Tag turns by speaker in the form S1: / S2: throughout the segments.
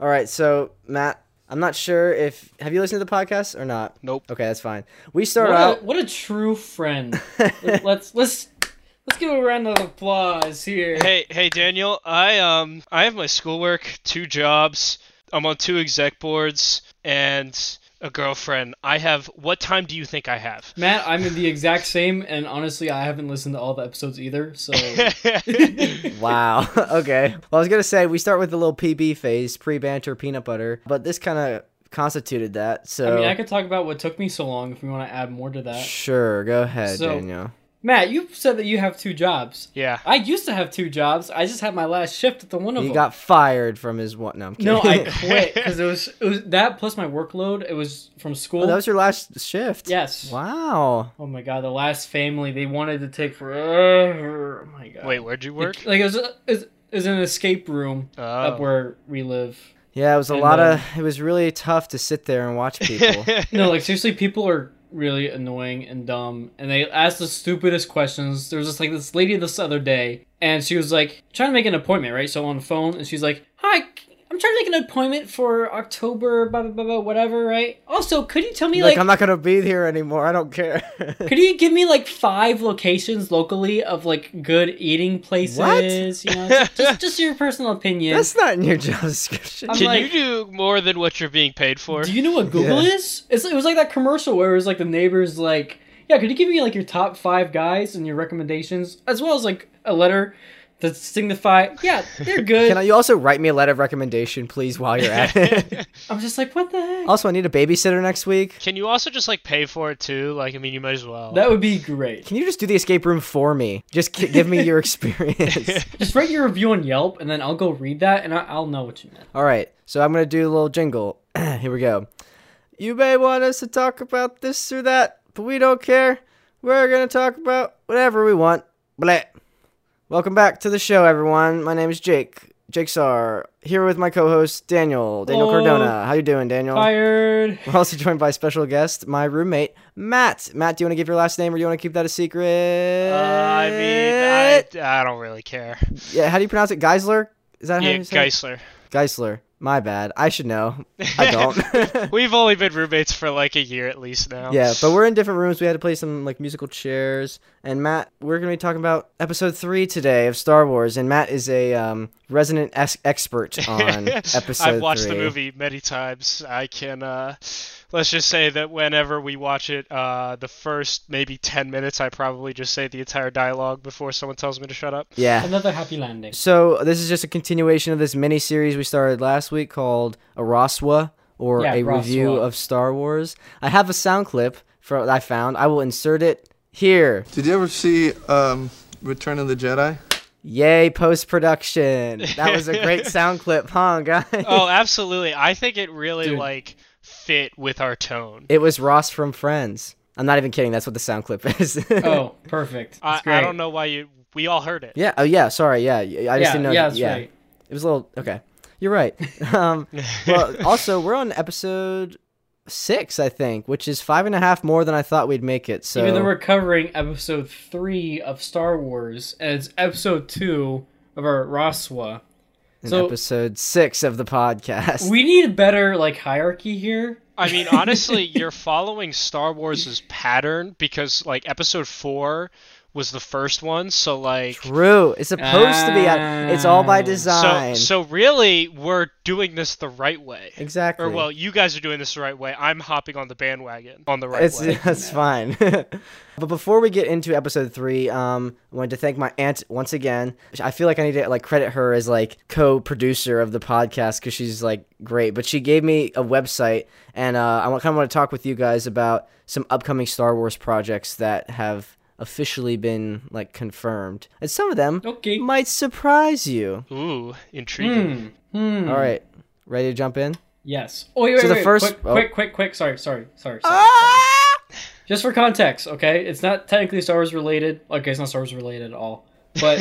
S1: All right, so Matt, I'm not sure if have you listened to the podcast or not.
S2: Nope.
S1: Okay, that's fine. We start
S3: What a,
S1: out.
S3: what a true friend. let's let's let's give a round of applause here.
S2: Hey, hey, Daniel. I um, I have my schoolwork, two jobs. I'm on two exec boards and a girlfriend. I have. What time do you think I have?
S3: Matt, I'm in the exact same, and honestly, I haven't listened to all the episodes either. So
S1: Wow. okay. Well, I was gonna say we start with the little PB phase, pre-banter, peanut butter, but this kind of constituted that. So
S3: I mean, I could talk about what took me so long if we want to add more to that.
S1: sure, go ahead,
S3: So-
S1: Daniel.
S3: Matt, you said that you have two jobs.
S2: yeah.
S3: I used to have two jobs. I just had my last shift at the one of
S1: He
S3: them.
S1: got fired from his one. No, I'm kidding.
S3: no, I quit because it was it was that plus my workload. It was from school.
S1: Oh, that was your last shift.
S3: yes.
S1: Wow.
S3: Oh my god, the last family they wanted to take forever. Oh my god.
S2: Wait, where'd you work?
S3: Like, like it was a, it was- it was an escape room up
S2: Oh.
S3: where we live.
S1: Yeah, it was a
S3: And,
S1: lot
S3: um,
S1: of. It was really tough to sit there and watch people.
S3: No, like seriously, people are really annoying and dumb, and they ask the stupidest questions. There was just like this lady this other day, and she was like trying to make an appointment, right? So on the phone, and she's like, "Hi, c- I'm trying to make an appointment for October, blah blah blah, blah whatever, right? Also, could you tell me
S1: like,
S3: like,
S1: I'm not gonna be here anymore. I don't care.
S3: could you give me like five locations locally of like good eating places?
S1: What?
S3: You know, just just your personal opinion.
S1: That's not in your job description.
S3: I'm
S2: Can
S3: like-
S2: you do more than what you're being paid for?
S3: Do you know what Google
S1: Yeah.
S3: is? It's, it was like that commercial where it was like the neighbors like, yeah, could you give me like your top five guys and your recommendations, as well as like a letter to signify, yeah, they're good.
S1: Can I, you also write me a letter of recommendation, please, while you're at it?
S3: I'm just like, what the heck?
S1: also, I need a babysitter next week.
S2: Can you also just like pay for it too? Like, I mean, you might as well.
S3: That would be great.
S1: Can you just do the escape room for me? Just ki- give me your experience.
S3: Just write your review on Yelp, and then I'll go read that, and I- I'll know what you meant.
S1: All right, so I'm gonna do a little jingle. Here we go. You may want us to talk about this or that, but we don't care. We're gonna talk about whatever we want. Blah. Welcome back to the show, everyone. My name is Jake. Jake Sar. Here with my co-host Daniel. Daniel
S3: Oh.
S1: Cardona. How you doing, Daniel?
S3: Fired.
S1: We're also joined by special guest, my roommate, Matt. Matt, do you want to give your last name or do you want to keep that a secret?
S2: Uh, I mean, I, I don't really care.
S1: Yeah, how do you pronounce it? Geisler? Is that how
S2: Yeah,
S1: you say it?
S2: Geisler.
S1: Geisler. My bad. I should know. I don't.
S2: We've only been roommates for like a year at least now.
S1: yeah, but we're in different rooms. We had to play some like musical chairs. And Matt, we're going to be talking about episode 3 today of Star Wars and Matt is a um, resident es- expert on episode
S2: I've watched the
S1: three.
S2: movie many times. I can uh let's just say that whenever we watch it, uh the first maybe 10 minutes I probably just say the entire dialogue before someone tells me to shut up.
S1: Yeah.
S3: Another happy landing.
S1: So this is just a continuation of this mini series we started last week called Araswa or
S3: Yeah,
S1: a review
S3: Araswa.
S1: of Star Wars. I have a sound clip from that I found. I will insert it here.
S4: Did you ever see um, Return of the Jedi?
S1: Yay, post production. That was a great sound clip, huh, guys?
S2: Oh, absolutely. I think it really
S3: Dude.
S2: like fit with our tone.
S1: It was Ross from Friends. I'm not even kidding. That's what the sound clip is.
S3: Oh, perfect.
S2: I,
S3: That's great.
S2: I don't know why you we all heard it.
S1: Yeah. Oh, yeah. Sorry. Yeah. y- I just
S3: Yeah,
S1: didn't know.
S3: yeah, that's
S1: yeah.
S3: right.
S1: It was a little okay. You're right. Um, well, also, we're on episode six, I think, which is five and a half more than I thought we'd make it. So
S3: Even though we're covering episode three of Star Wars, and it's episode two of our Roswa.
S1: in
S3: so-
S1: episode six of the podcast.
S3: We need a better like hierarchy here.
S2: I mean, honestly, you're following Star Wars' pattern because like episode 4 was the first one, so like
S1: True. It's supposed to be. Out. It's all by
S3: Ah. So-
S1: design.
S2: So, so really, we're doing this the right way.
S1: exactly.
S2: Or well, you guys are doing this the right way. I'm hopping on the bandwagon on the right
S1: it's
S2: way.
S1: that's fine. but before we get into episode three, um, I wanted to thank my aunt once again. I feel like I need to like credit her as like co-producer of the podcast because she's like great. But she gave me a website, and uh, I kind of want to talk with you guys about some upcoming Star Wars projects that have officially been like confirmed, and some of them
S3: Okay.
S1: might surprise you.
S2: Ooh, intriguing.
S3: Hmm.
S1: All right, ready to jump in?
S3: Yes. Oh wait, wait,
S1: So the
S3: wait.
S1: first-
S3: Quick,
S1: oh.
S3: quick, quick, quick. Sorry, sorry, sorry. sorry.
S1: Ah!
S3: Just for context, okay? It's not technically Star Wars related. Okay, it's not Star Wars related at all. But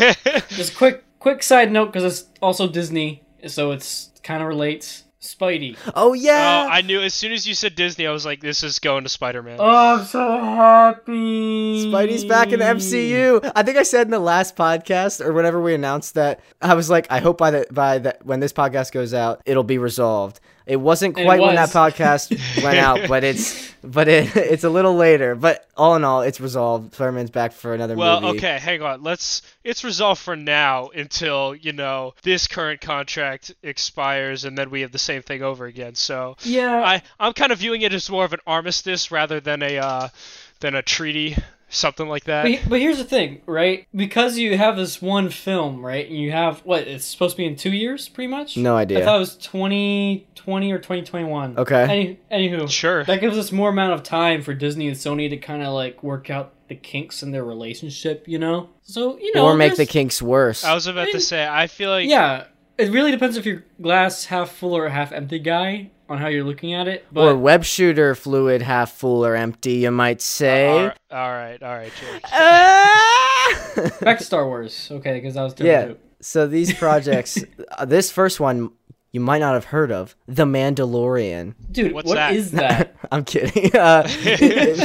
S3: just quick, quick side note because it's also Disney, so it's kind of relates. Spidey.
S1: Oh yeah.
S2: Oh, I knew as soon as you said Disney, I was like, this is going to Spider Man.
S3: Oh, I'm so happy.
S1: Spidey's back in the
S2: Mm.
S1: MCU. I think I said in the last podcast or whenever we announced that, I was like, I hope by the by the when this podcast goes out, it'll be resolved. It wasn't
S3: And it
S1: quite when that
S3: was.
S1: podcast went out, but it's but it it's a little later. But all in all, it's resolved. Spider-Man's back for another
S2: Well,
S1: movie.
S2: okay, hang on. Let's. It's resolved for now until you know this current contract expires, and then we have the same thing over again. So
S3: Yeah.
S2: I, I'm kind of viewing it as more of an armistice rather than a, uh, than a treaty, something like that.
S3: But, but here's the thing, right? Because you have this one film, right? And you have what? It's supposed to be in two years, pretty much.
S1: No
S3: I
S1: idea.
S3: thought it was 2020 or 2021.
S1: Okay.
S3: Any, anywho,
S2: Sure.
S3: That gives us more amount of time for Disney and Sony to kind of like work out the kinks in their relationship, you know? So you know,
S1: or make the
S3: there's-
S1: kinks worse.
S2: I was about to say, I feel like
S3: Yeah, it really depends if you're glass half full or half empty guy on how you're looking at it.
S1: or
S3: But
S1: web shooter fluid half full or empty, you
S2: Uh,
S1: might
S2: All
S1: say.
S2: right, all right, all right, Jake.
S1: Ah!
S3: back to Star Wars, okay? Because that was different.
S1: Yeah.
S3: Too.
S1: So these projects, uh, this first one you might not have heard of, The Mandalorian.
S3: Dude,
S2: What's
S3: what
S2: that?
S3: is that?
S1: I'm kidding. Uh,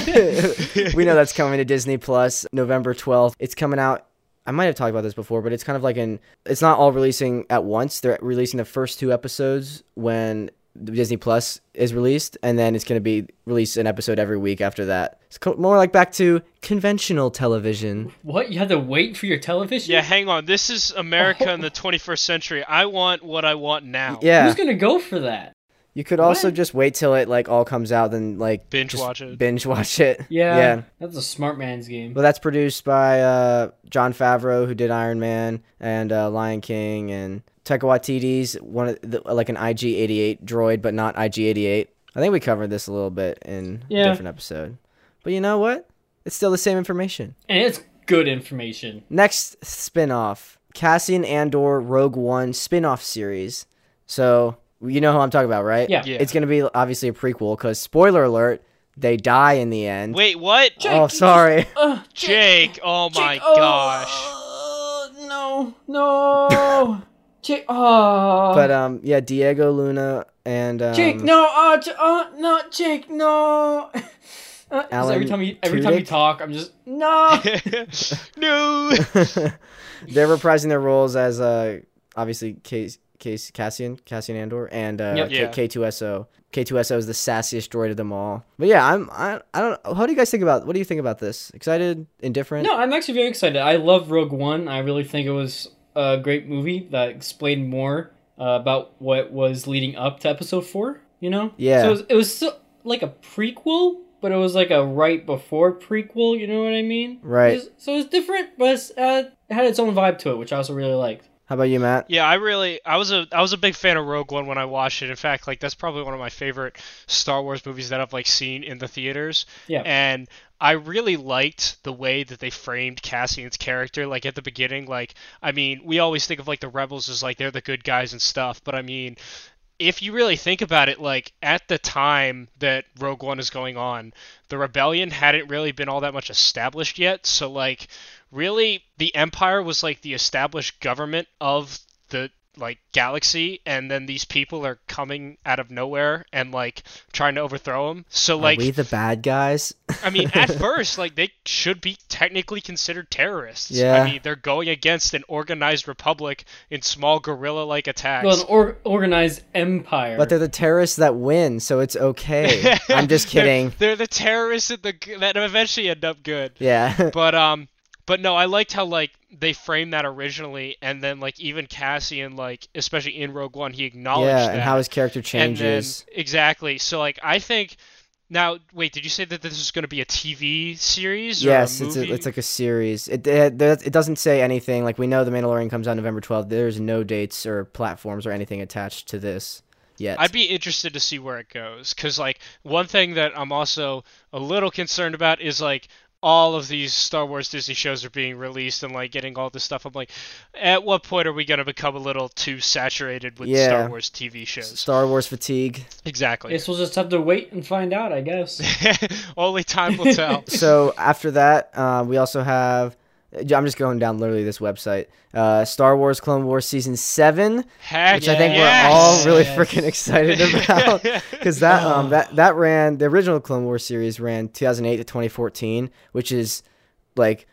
S1: we know that's coming to Disney Plus November 12th. It's coming out. I might have talked about this before, but it's kind of like an. It's not all releasing at once. They're releasing the first two episodes when Disney Plus is released, and then it's going to be released an episode every week after that. It's co- more like back to conventional television.
S3: what you had to wait for your television?
S2: Yeah, hang on. This is America in the 21st century. I want what I want now.
S1: Yeah.
S3: Who's gonna go for that?
S1: You could also
S3: What?
S1: just wait till it like all comes out, then like
S2: Binge
S1: just
S2: watch it.
S1: Binge watch it.
S3: Yeah,
S1: Yeah.
S3: that's a smart man's game.
S1: Well, that's produced by uh, John Favreau, who did Iron Man and uh, Lion King, and Taika Waititi's one of the, like an IG88 droid, but not IG88. I think we covered this a little bit in a
S3: Yeah.
S1: different episode. But you know what? It's still the same information.
S3: And it's good information.
S1: Next spin-off, Cassian Andor Rogue One spin-off series. So, you know who I'm talking about, right?
S3: Yeah.
S2: Yeah.
S1: It's going to be obviously a prequel cuz spoiler alert, they die in the end.
S2: Wait, what?
S1: oh, sorry.
S3: Ugh,
S2: Jake, oh my
S3: oh,
S2: gosh.
S3: uh, no, no. Jake, oh.
S1: But um yeah, Diego Luna and um,
S3: Jake, no, uh, J- uh, no, Jake, no. Uh, 'cause
S1: Alan
S3: every time you every time you
S1: Tudyk?
S3: talk, I'm just no.
S2: no.
S1: they're reprising their roles as uh obviously Case Case Cassian Cassian Andor and uh,
S3: Yep.
S2: Yeah.
S1: K two S O. K two S O is the sassiest droid of them all. But yeah, I'm I, I don't. How do you guys think about what do you think about this? Excited? Indifferent?
S3: No, I'm actually very excited. I love Rogue One. I really think it was a great movie that explained more uh, about what was leading up to Episode Four. You know,
S1: Yeah.
S3: So it was, it was still like a prequel, but it was like a right before prequel. You know what I mean?
S1: Right.
S3: It was- so it was different, but it's, uh, it had its own vibe to it, which I also really liked.
S1: How about you, Matt?
S2: Yeah, I really I was a I was a big fan of Rogue One when I watched it. In fact, like that's probably one of my favorite Star Wars movies that I've like seen in the theaters.
S3: Yeah.
S2: And I really liked the way that they framed Cassian's character like at the beginning like I mean, we always think of like the rebels as like they're the good guys and stuff, but I mean, if you really think about it, like at the time that Rogue One is going on, the rebellion hadn't really been all that much established yet. So like, really, the Empire was like the established government of the like galaxy, and then these people are coming out of nowhere and like trying to overthrow them. So like,
S1: Are we the bad guys?
S2: I mean, at first, like they should be technically considered terrorists.
S1: Yeah.
S2: I mean, they're going against an organized republic in small guerrilla-like attacks.
S3: Well, an or- organized empire.
S1: but they're the terrorists that win, so it's okay. I'm just kidding.
S2: They're, the terrorists that the g- that eventually end up good.
S1: Yeah.
S2: But um, but no, I liked how like they framed that originally, and then like even Cassian, like especially in Rogue One, he acknowledged
S1: yeah,
S2: that.
S1: and how his character
S2: And then
S1: changes.
S2: exactly. So like I think now, wait, did you say that this is going to be a TV series? Or
S1: Yes,
S2: a
S1: it's
S2: movie?
S1: a, it's like a series. It, it there- it doesn't say anything. Like we know, The Mandalorian comes out November twelfth. There's no dates or platforms or anything attached to this yet.
S2: I'd be interested to see where it goes because like one thing that I'm also a little concerned about is like all of these Star Wars Disney shows are being released and like getting all this stuff. I'm like, at what point are we gonna become a little too saturated with
S1: Yeah.
S2: Star Wars TV shows?
S1: Star Wars fatigue.
S2: Exactly.
S3: guess we'll just have to wait and find out, I guess.
S2: Only time will tell.
S1: So after that, uh, we also have I'm just going down literally this website. Uh, Star Wars Clone Wars season seven,
S2: Heck
S1: which I think
S2: yes!
S1: we're all really
S3: Yes.
S1: freaking excited about because that um that that ran the original Clone Wars series ran 2008 to 2014, which is like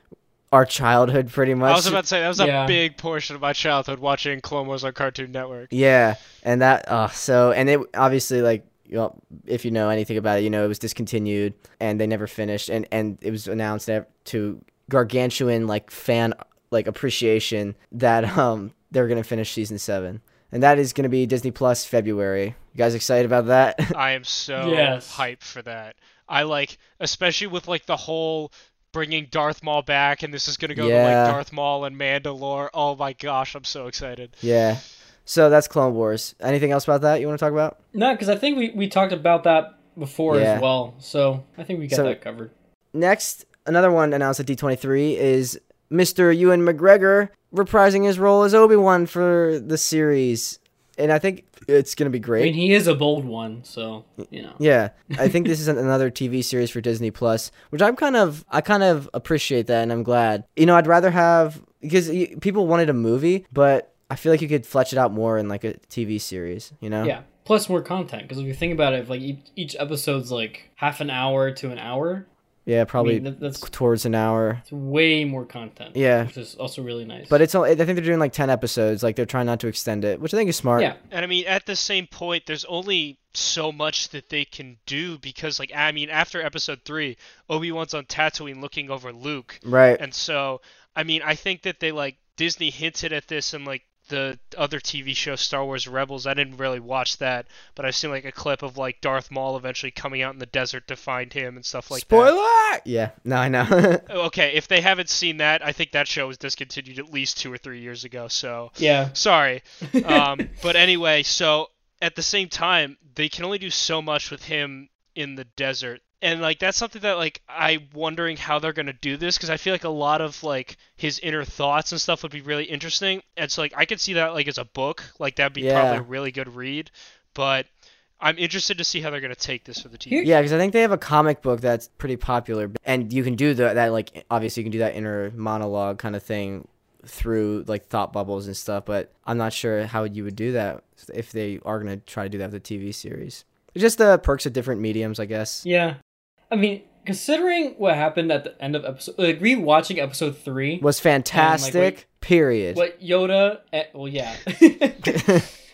S1: our childhood pretty much.
S2: I was about to say that was
S3: Yeah.
S2: a big portion of my childhood watching Clone Wars on Cartoon Network.
S1: Yeah, and that uh so and it obviously like you know, if you know anything about it, you know it was discontinued and they never finished and and it was announced that to gargantuan like fan like appreciation that um they're going to finish season 7. And that is going to be Disney Plus February. You guys excited about that?
S2: I am so
S3: Yes.
S2: hyped for that. I like, especially with like the whole bringing Darth Maul back, and this is gonna go to
S1: Yeah.
S2: like Darth Maul and Mandalore. Oh my gosh, I'm so excited.
S1: yeah. So that's Clone Wars. Anything else about that you want to talk about?
S3: No, because I think we, we talked about that before
S1: Yeah.
S3: as well. So I think we got
S1: So-
S3: that covered.
S1: Next, another one announced at D23 is Mr. Ewan McGregor reprising his role as Obi Wan for the series. And I think it's going to be
S3: I
S1: great.
S3: mean, he is a bold one, so you know.
S1: yeah, I think this is an- another TV series for Disney Plus, which I'm kind of I kind of appreciate that, and I'm glad. You know, I'd rather have because y- people wanted a movie, but I feel like you could flesh it out more in like a TV series. You know?
S3: Yeah. Plus more content, because if you think about it, if, like each, each episode's like half an hour to an hour,
S1: Yeah,
S3: I
S1: probably
S3: mean, that, that's
S1: towards an hour.
S3: it's way more content.
S1: Yeah.
S3: which is also really nice.
S1: But it's only I think they're doing like ten episodes. Like they're trying not to extend it, which I think is smart.
S3: yeah,
S2: And I mean, at the same point, there's only so much that they can do because, like, I mean, after Episode three, Obi Wan's on Tatooine looking over Luke,
S1: Right.
S2: And so, I mean, I think that they like Disney hinted at this in like the other TV show Star Wars Rebels. I didn't really watch that, but I've seen like a clip of like Darth Maul eventually coming out in the desert to find him and stuff like
S1: Spoiler!
S2: that. Oh,
S1: Yeah, no, I know.
S2: Okay, if they haven't seen that, I think that show was discontinued at least two or three years ago. So
S3: yeah,
S2: sorry. Um, but anyway, so at the same time, they can only do so much with him in the desert. And like that's something that like I'm wondering how they're gonna do this because I feel like a lot of like his inner thoughts and stuff would be really interesting. And so like I could see that like as a book, like that'd be
S1: Yeah.
S2: probably a really good read. But I'm interested to see how they're gonna take this for the TV.
S1: yeah, because I think they have a comic book that's pretty popular, and you can do the, that. Like, obviously, you can do that inner monologue kind of thing through like thought bubbles and stuff. But I'm not sure how you would do that if they are gonna try to do that with the TV series. It's just the perks of different mediums, I guess.
S3: yeah. I mean, considering what happened at the end of episode, like rewatching episode three,
S1: Was fantastic. period.
S3: what Yoda, eh, well, yeah.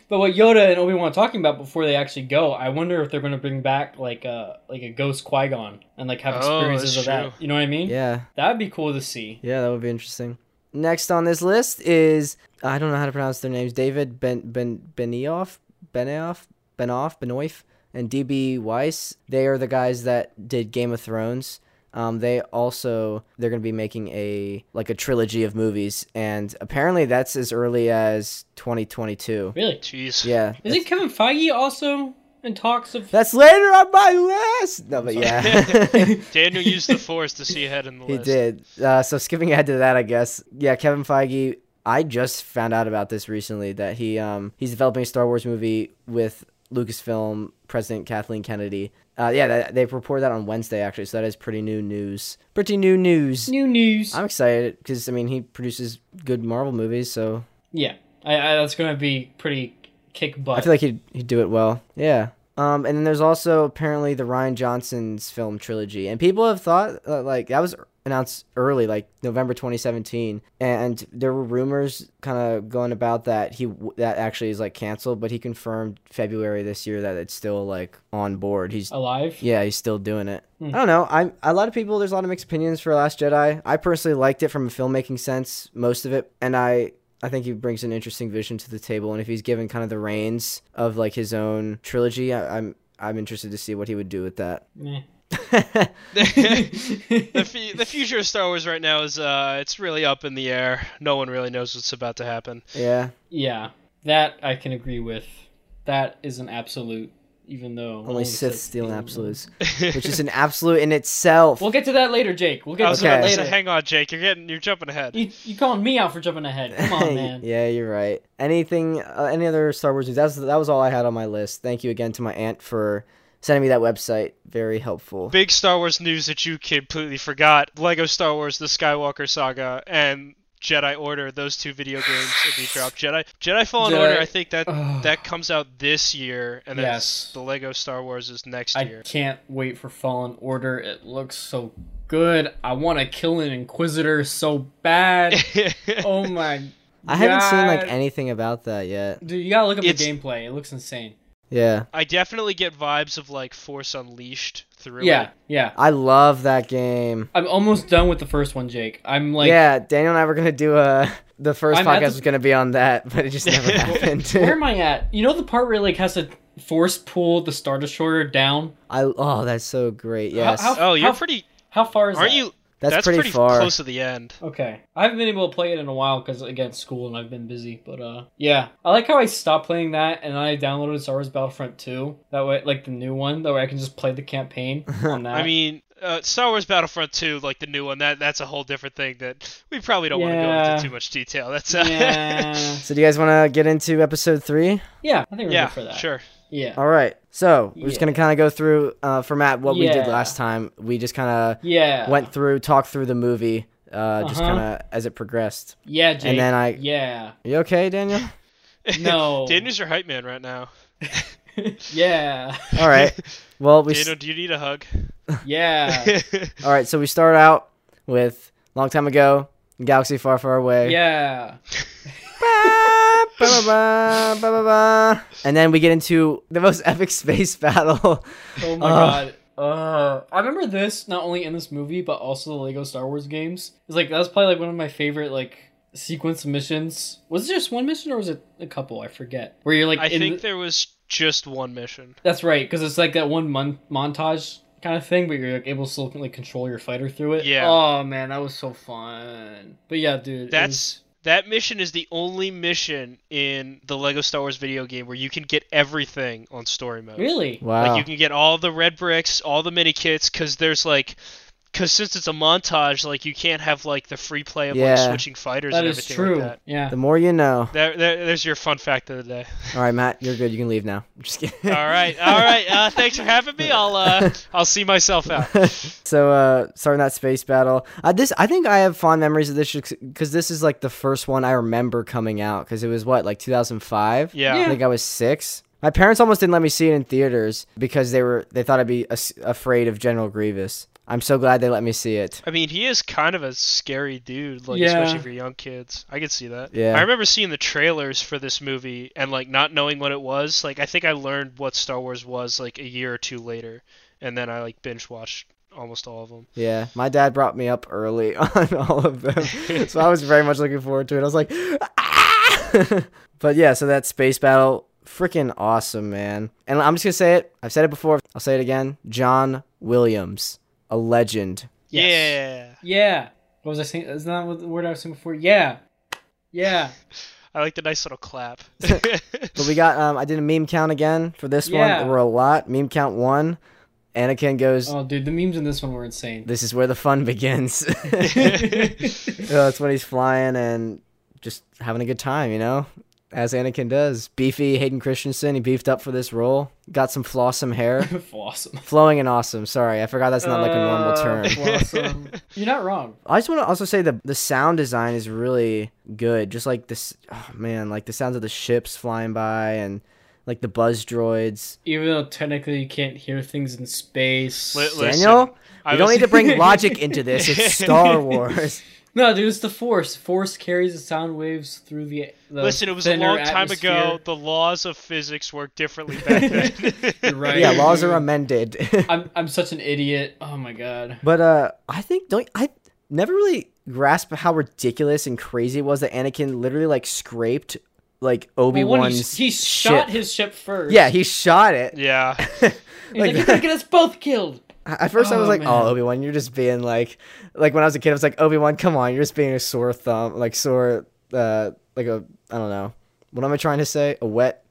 S3: But what Yoda and Obi Wan are talking about before they actually go, I wonder if they're going to bring back like a like a ghost Qui Gon and like have
S2: Oh,
S3: experiences
S2: that's
S3: of that.
S2: true.
S3: You know what I mean?
S1: yeah,
S3: That'd be cool to see.
S1: yeah, that would be interesting. Next on this list is I don't know how to pronounce their names. David Ben Ben Benioff, Benioff, Benoff, Benoif, and DB Weiss. They are the guys that did Game of Thrones. Um, they also they're going to be making a like a trilogy of movies, and apparently that's as early as 2022.
S3: Really?
S2: Jeez.
S1: Yeah,
S3: Isn't Kevin Feige also in talks of?
S1: that's later on my list. No, but yeah.
S2: Daniel used the force to see ahead in the
S1: He
S2: list.
S1: did. Uh, so skipping ahead to that, I guess. Yeah, Kevin Feige. I just found out about this recently that he um he's developing a Star Wars movie with Lucasfilm president Kathleen Kennedy. Uh, yeah, that, they reported that on Wednesday actually, so that is pretty new news. Pretty new news.
S3: New news.
S1: I'm excited because I mean he produces good Marvel movies, so
S3: yeah, I, I, that's going to be pretty kick butt.
S1: I feel like he'd he'd do it well. Yeah. Um, and then there's also apparently the Ryan Johnson's film trilogy, and people have thought uh, like that was announced early, like November 2017, and there were rumors kind of going about that he w- that actually is like canceled, but he confirmed February this year that it's still like on board. He's
S3: alive.
S1: yeah, he's still doing it.
S3: Hmm.
S1: I don't know. I'm a lot of people. There's a lot of mixed opinions for Last Jedi. I personally liked it from a filmmaking sense, most of it, and I I think he brings an interesting vision to the table. And if he's given kind of the reins of like his own trilogy, I, I'm I'm interested to see what he would do with that.
S3: Meh.
S2: the, fu- the future of Star Wars right now is uh, it's really up in the air. No one really knows what's about to happen.
S1: yeah,
S3: Yeah, that I can agree with. That is an absolute, even though
S1: only Sith stealing
S3: stealing
S1: absolutes, which is an absolute in itself.
S3: We'll get to that later, Jake. We'll
S2: I
S3: get
S2: was
S3: to that
S2: about to
S3: later.
S2: say, Oh, hang on, Jake. You're getting you're jumping ahead.
S3: you you calling me out for jumping ahead? Come on, man.
S1: yeah, you're right. Anything, uh, any other Star Wars news? That's that was all I had on my list. Thank you again to my aunt for sending me that website. Very helpful.
S2: Big Star Wars news that you completely forgot: Lego Star Wars: The Skywalker Saga and Jedi Order. Those two video games that we dropped. Jedi Jedi Fallen
S3: Jedi-
S2: Order. I think that
S3: Ugh.
S2: that comes out this year, and then
S3: Yes.
S2: the Lego Star Wars is next
S3: I
S2: year.
S3: can't wait for Fallen Order. It looks so good. I want to kill an Inquisitor so bad. oh my!
S1: I haven't seen like
S3: God.
S1: anything about that yet.
S3: Dude, you gotta look up
S2: It's-
S3: the gameplay. It looks insane.
S1: Yeah.
S2: I definitely get vibes of like Force Unleashed through
S3: Yeah,
S2: it.
S3: yeah.
S1: I love that game.
S3: I'm almost done with the first one, Jake. I'm like,
S1: yeah, Daniel and I were gonna do a. The 1st
S3: I'm at
S1: podcast
S3: the-
S1: was gonna be on that, but it just never
S3: where
S1: happened.
S3: am I at? You know the part where it, like has to force pull the Star Destroyer down.
S1: I oh, that's so great. Yes,
S3: how-
S2: Oh, you're
S3: How-
S2: pretty.
S3: How far is
S2: Aren't
S3: that?
S2: you?
S1: that's, pretty, far.
S2: close to the end.
S3: Okay, I haven't been able to play it in a while because again, school and I've been busy. But uh, yeah, I like how I stopped playing that and I downloaded Star Wars Battlefront 2. That way, like the new one, that way I can just play the campaign on that.
S2: I mean, uh, Star Wars Battlefront 2, like the new one, that that's a whole different thing that we probably don't want to go
S3: Yeah.
S2: into too much detail. That's uh,
S3: yeah,
S1: So do you guys want to get into episode three?
S3: yeah, I think we're
S2: yeah,
S3: good for that.
S2: sure.
S3: Yeah,
S1: All right. So we're just gonna kind of go through uh, for Matt what we did
S3: Yeah.
S1: last time. We just kind of
S3: yeah,
S1: went through, talked through the movie, uh, just
S3: Uh-huh.
S1: kind of as it progressed.
S3: yeah, Jake.
S1: then I-
S3: yeah,
S1: you okay, Daniel?
S3: no,
S2: Daniel's your hype man right now.
S3: yeah,
S1: All right. Well, we s-
S2: Daniel, do you need a hug?
S3: yeah,
S1: all right. So we start out with long time ago, galaxy far, far away.
S3: yeah.
S1: Ba, ba, ba, ba, ba, ba. And then we get into the most epic space battle.
S3: Oh my god. Uh, I remember this not only in this movie but also the Lego Star Wars games. It's like that was probably like one of my favorite like sequence missions. Was it just one mission or was it a couple? I forget. Where you're like,
S2: I
S3: in
S2: think
S3: the-
S2: there was just one mission.
S3: that's right because it's like that one mon- montage kind of thing, but you're like able to still like control your fighter through it.
S2: Yeah.
S3: Oh man, that was so fun. But yeah, dude, it
S2: That's that mission is the only mission in the Lego Star Wars video game where you can get everything on story mode.
S3: was- really
S1: Wow.
S2: Like you can get all the red bricks, all the mini kits, because there's like, because since it's a montage, like you can't have like the free play of like
S1: Yeah.
S2: switching fighters
S3: that
S2: and
S3: is
S2: everything
S3: true.
S2: like that.
S3: Yeah.
S1: the more you know.
S2: There, there, there's your fun fact of the day.
S1: All right, Matt, you're good. You can leave now. Just kidding.
S2: All right, all right. Uh, thanks for having me. I'll uh, I'll see myself out.
S1: so uh starting that space battle uh, this i think i have fond memories of this because this is like the first one i remember coming out because it was what like 2005
S2: Yeah.
S1: i think i was six my parents almost didn't let me see it in theaters because they were they thought i'd be as- afraid of general grievous i'm so glad they let me see it
S2: I mean, he is kind of a scary dude, like
S3: Yeah.
S2: especially for young kids. I could see that.
S1: Yeah.
S2: I remember seeing the trailers for this movie and like not knowing what it was. Like I think I learned what Star Wars was like a year or two later, and then I like binge watched almost all of them.
S1: yeah my dad brought me up early on all of them so i was very much looking forward to it i was like "Ah!" but yeah so that space battle freaking awesome man and i'm just gonna say it i've said it before i'll say it again john williams a legend
S3: Yes.
S2: Yeah.
S3: Yeah. What was I saying? Isn't that what the word I was saying before? Yeah. Yeah.
S2: I like the nice little clap.
S1: but we got um i did a meme count again for this one
S3: Yeah.
S1: there were a lot meme count one anakin goes
S3: Oh, dude, the memes in this one were insane.
S1: this is where the fun begins Uh, that's when he's flying and just having a good time, you know, as Anakin does. Beefy Hayden Christensen, he beefed up for this role. Got some flawsome hair,
S3: Awesome.
S1: flowing and awesome. Sorry, I forgot that's not like a
S2: Uh,
S1: normal term.
S3: term. You're not wrong.
S1: I just want to also say the the sound design is really good. Just like this, oh man, like the sounds of the ships flying by and like the buzz droids.
S3: Even though technically you can't hear things in space.
S2: Li- li- Listen,
S1: Daniel,
S2: I
S1: we don't
S2: was-
S1: need to bring logic into this. It's Star Wars.
S3: no, dude, it's the force. Force carries the sound waves through the. the
S2: Listen, it was a
S3: thinner
S2: long time ago.
S3: atmosphere.
S2: The laws of physics worked differently back
S3: You're
S2: then.
S3: right.
S1: Yeah, laws are amended.
S3: I'm I'm such an idiot. Oh my god.
S1: But uh, I think don't I never really grasped how ridiculous and crazy it was that Anakin literally like scraped like Obi
S3: Well, when he,
S1: Wan's.
S3: he shot his ship first.
S1: Yeah, he shot it.
S2: yeah.
S3: He's like,
S1: like-
S3: he's gonna get us both killed.
S1: At first, I was
S3: Oh,
S1: like,
S3: man.
S1: "Oh, Obi Wan, you're just being like," like when I was a kid, I was like, "Obi Wan, come on, you're just being a sore thumb, like sore, uh, like a I don't know, what am I trying to say? A wet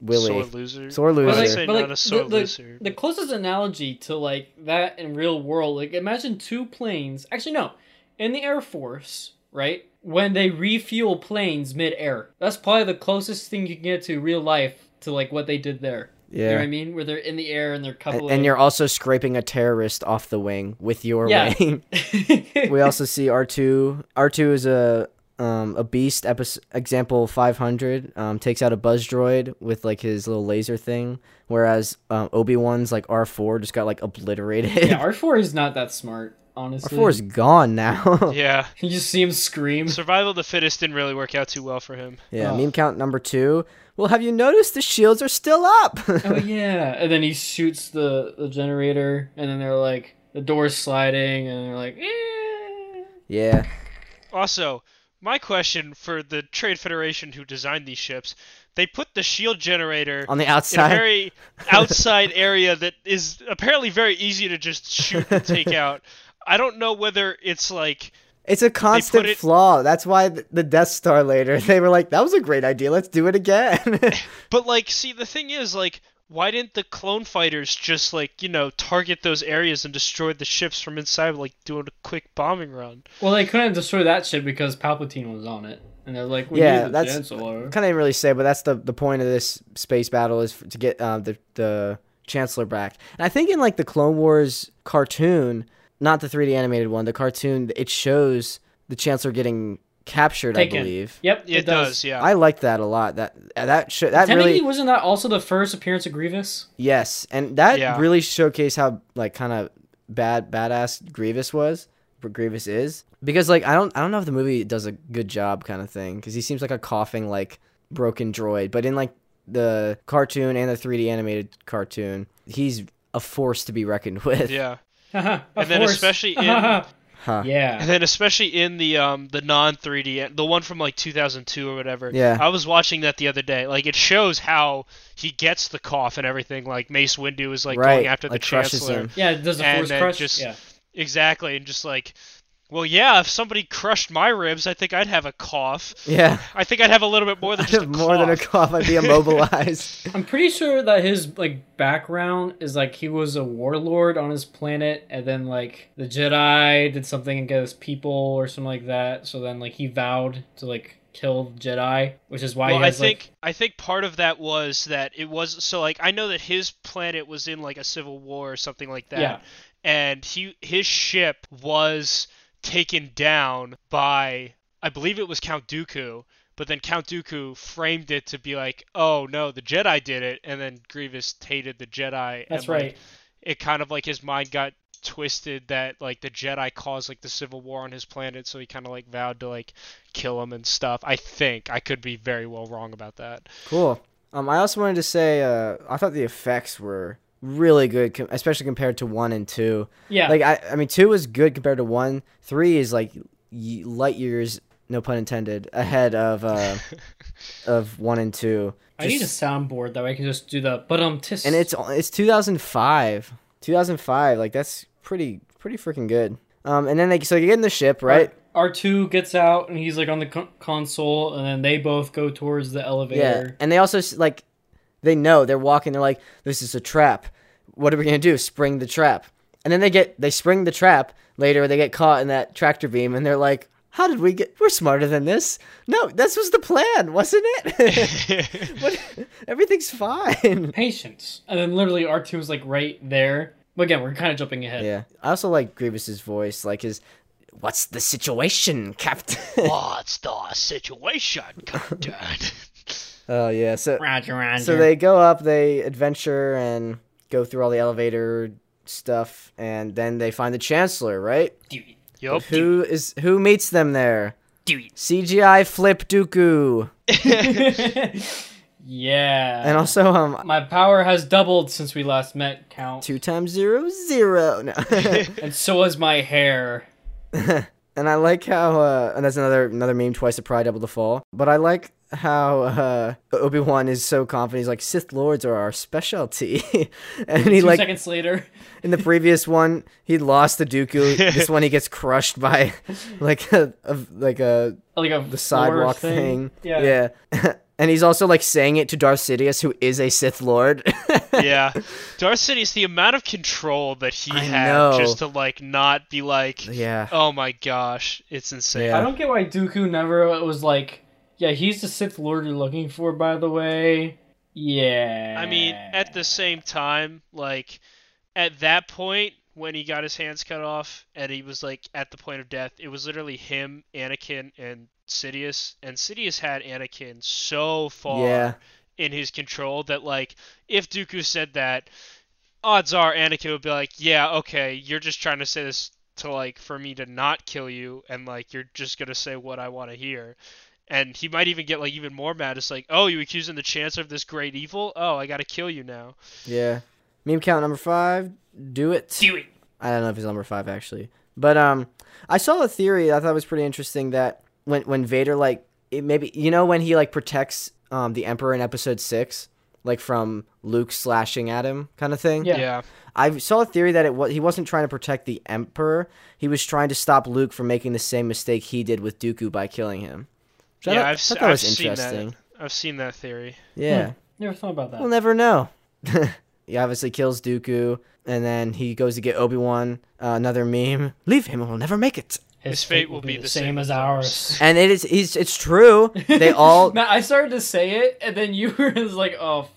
S1: willy,
S2: Sore
S1: sore, loser."
S2: loser. But,
S3: like-
S2: say not a
S3: the,
S2: sore
S3: the-
S2: loser.
S3: the closest analogy to like that in real world, like imagine two planes. Actually, no, in the Air Force, right? When they refuel planes mid-air, that's probably the closest thing you can get to real life to like what they did there. You know
S1: Yeah.
S3: what I mean? Where they're in the air and they're coupled.
S1: and, and you're also scraping a terrorist off the wing with your
S3: Yeah.
S1: wing. we also see R2. R2 is a um, a beast episode, example 500 um, takes out a buzz droid with like his little laser thing whereas um, obi-wan's like r4 just got like obliterated
S3: yeah, R four is not that smart, honestly.
S1: r4 is gone now
S2: Yeah.
S3: You just see him scream.
S2: Survival of the fittest didn't really work out too well for him.
S1: yeah
S3: Ugh.
S1: meme count number two well have you noticed the shields are still up
S3: oh yeah, and then he shoots the the generator, and then they're like the door's sliding, and they're like, eh.
S1: yeah
S2: Also, my question for the Trade Federation who designed these ships, they put the shield generator
S1: on the
S2: in a
S1: outside
S2: very outside area that is apparently very easy to just shoot and take out. I don't know whether it's like
S1: It's a constant
S2: it-
S1: flaw. That's why th- the Death Star later they were like, "That was a great idea. Let's do it again."
S2: But like, see, the thing is, like, why didn't the clone fighters just like you know target those areas and destroy the ships from inside, like doing a quick bombing run?
S3: Well, they couldn't destroy that shit because Palpatine was on it, and they're like, we
S1: Yeah,
S3: need the
S1: that's-
S3: Chancellor.
S1: kind of really say, but that's the the point of this space battle is f- to get uh, the the Chancellor back. And I think in like the Clone Wars cartoon, not the 3D animated one, the cartoon, it shows the Chancellor getting captured.
S3: Taken.
S1: I believe.
S3: Yep,
S2: It, does. yeah.
S1: I liked that a lot. That that show, that
S3: Technically,
S1: really
S3: wasn't that also the first appearance of Grievous?
S1: yes, and that
S2: Yeah.
S1: really showcased how like kind of bad badass Grievous was. what Grievous is because like I don't I don't know if the movie does a good job kind of thing because he seems like a coughing like broken droid, but in like the cartoon and the 3D animated cartoon, he's a force to be reckoned with.
S2: yeah,
S3: and
S2: And then especially in-
S1: Huh.
S2: and
S3: yeah,
S2: then especially in the um the non 3D, the one from like 2002 or whatever.
S1: Yeah.
S2: I was watching that the other day. Like, it shows how he gets the cough and everything. Like Mace Windu is like
S1: right.
S2: going after
S1: like
S2: the
S1: crushes
S2: Chancellor.
S1: him.
S3: yeah. Does the
S2: and
S3: Force
S2: then
S3: crush?
S2: just-
S3: yeah.
S2: Exactly, and just like. Well, yeah. If somebody crushed my ribs, I think I'd have a cough.
S1: Yeah,
S2: I think I'd have a little bit more than
S1: I'd
S2: just a
S1: have more than a
S2: cough.
S1: cough. I'd be immobilized.
S3: I'm pretty sure that his like background is like he was a warlord on his planet, and then like the Jedi did something against people or something like that. So then like he vowed to like kill the Jedi, which is why
S2: Well,
S3: he
S2: I
S3: has
S2: think
S3: like
S2: I think part of that was that it was so like I know that his planet was in like a civil war or something like that,
S3: Yeah.
S2: and he his ship was taken down by I believe it was Count Dooku, but then Count Dooku framed it to be like, oh no, the Jedi did it, and then Grievous hated the Jedi.
S3: that's
S2: and, like,
S3: right.
S2: it kind of like his mind got twisted that like the Jedi caused like the civil war on his planet, so he kind of like vowed to like kill him and stuff. I think I could be very well wrong about that.
S1: cool. Um, I also wanted to say uh, I thought the effects were really good, com- especially compared to one and two.
S3: yeah,
S1: Like I, I mean, two is good compared to one. Three is like y- light years, no pun intended, ahead of uh, of one and two.
S3: I need a
S1: Just-
S3: soundboard that way I can just do the but um tis.
S1: and it's it's 2005, 2005. Like that's pretty pretty freaking good. Um, and then they so you get in the ship, right?
S3: R two gets out and he's like on the con- console, and then they both go towards the
S1: yeah,
S3: elevator.
S1: and they also s- like they know they're walking. They're like, this is a trap. What are we gonna do? Spring the trap. And then they get they spring the trap. Later they get caught in that tractor beam, and they're like. How did we get? We're smarter than this. No, this was the plan, wasn't it? What? Everything's fine.
S3: Patience, and then literally R two is like right there. But again, we're kind of jumping ahead.
S1: Yeah. I also like Grievous's voice, like his what's the situation, Captain?
S2: What's the situation, Captain?
S1: oh yeah. So
S3: Roger, Roger.
S1: so they go up, they adventure and go through all the elevator stuff and then they find the chancellor, right?
S3: do it,
S2: yup.
S1: Who is who meets them there?
S3: do it.
S1: CGI Flip Dooku.
S3: yeah.
S1: And also um
S3: my power has doubled since we last met, Count.
S1: two times zero zero. No.
S3: And so has my hair.
S1: And I like how, uh, and that's another another meme, twice the pride, double the fall. But I like how uh, Obi Wan is so confident. He's like, Sith lords are our specialty. and he
S3: Two
S1: like
S3: seconds later,
S1: in the previous one, he lost the Dooku. this one, he gets crushed by like a, a like a
S3: like a
S1: the sidewalk thing.
S3: Yeah.
S1: yeah. and he's also like saying it to Darth Sidious, who is a Sith lord.
S2: yeah, Darth Sidious, the amount of control that he
S1: I
S2: had
S1: know.
S2: just to like not be like,
S1: yeah.
S2: oh my gosh, it's insane.
S1: Yeah.
S3: I don't get why Dooku never was like, yeah, he's the Sith Lord you're looking for, by the way. Yeah.
S2: I mean, at the same time, like at that point when he got his hands cut off and he was like at the point of death, it was literally him, Anakin, and Sidious, and Sidious had Anakin so far
S1: Yeah.
S2: in his control that like if Dooku said that, odds are Anakin would be like, "Yeah, okay, you're just trying to say this to like for me to not kill you and like you're just going to say what I want to hear." And he might even get like even more mad. It's like, "Oh, you accusing the chancellor of this great evil? Oh, I got to kill you now."
S1: Yeah. Meme count number five. Do it.
S3: Do it.
S1: I don't know if it's number five actually, but um, I saw a theory I thought was pretty interesting that when when Vader like it maybe you know when he like protects um the Emperor in Episode six like from Luke slashing at him kind of thing.
S3: Yeah.
S1: I saw a theory that it was he wasn't trying to protect the Emperor. He was trying to stop Luke from making the same mistake he did with Dooku by killing him. Which I
S2: yeah,
S1: thought-
S2: I've,
S1: thought
S2: se-
S1: that
S2: I've
S1: was
S2: seen that.
S1: interesting. Hmm.
S2: I've seen that theory.
S1: Yeah.
S3: Never thought about that.
S1: We'll never know. he obviously kills Dooku, and then he goes to get Obi Wan. Uh, another meme. Leave him, and we'll never make it.
S2: His fate will be the same as ours.
S1: And it is. He's, it's true. They all.
S3: Matt, I started to say it, and then you were just like, "Oh,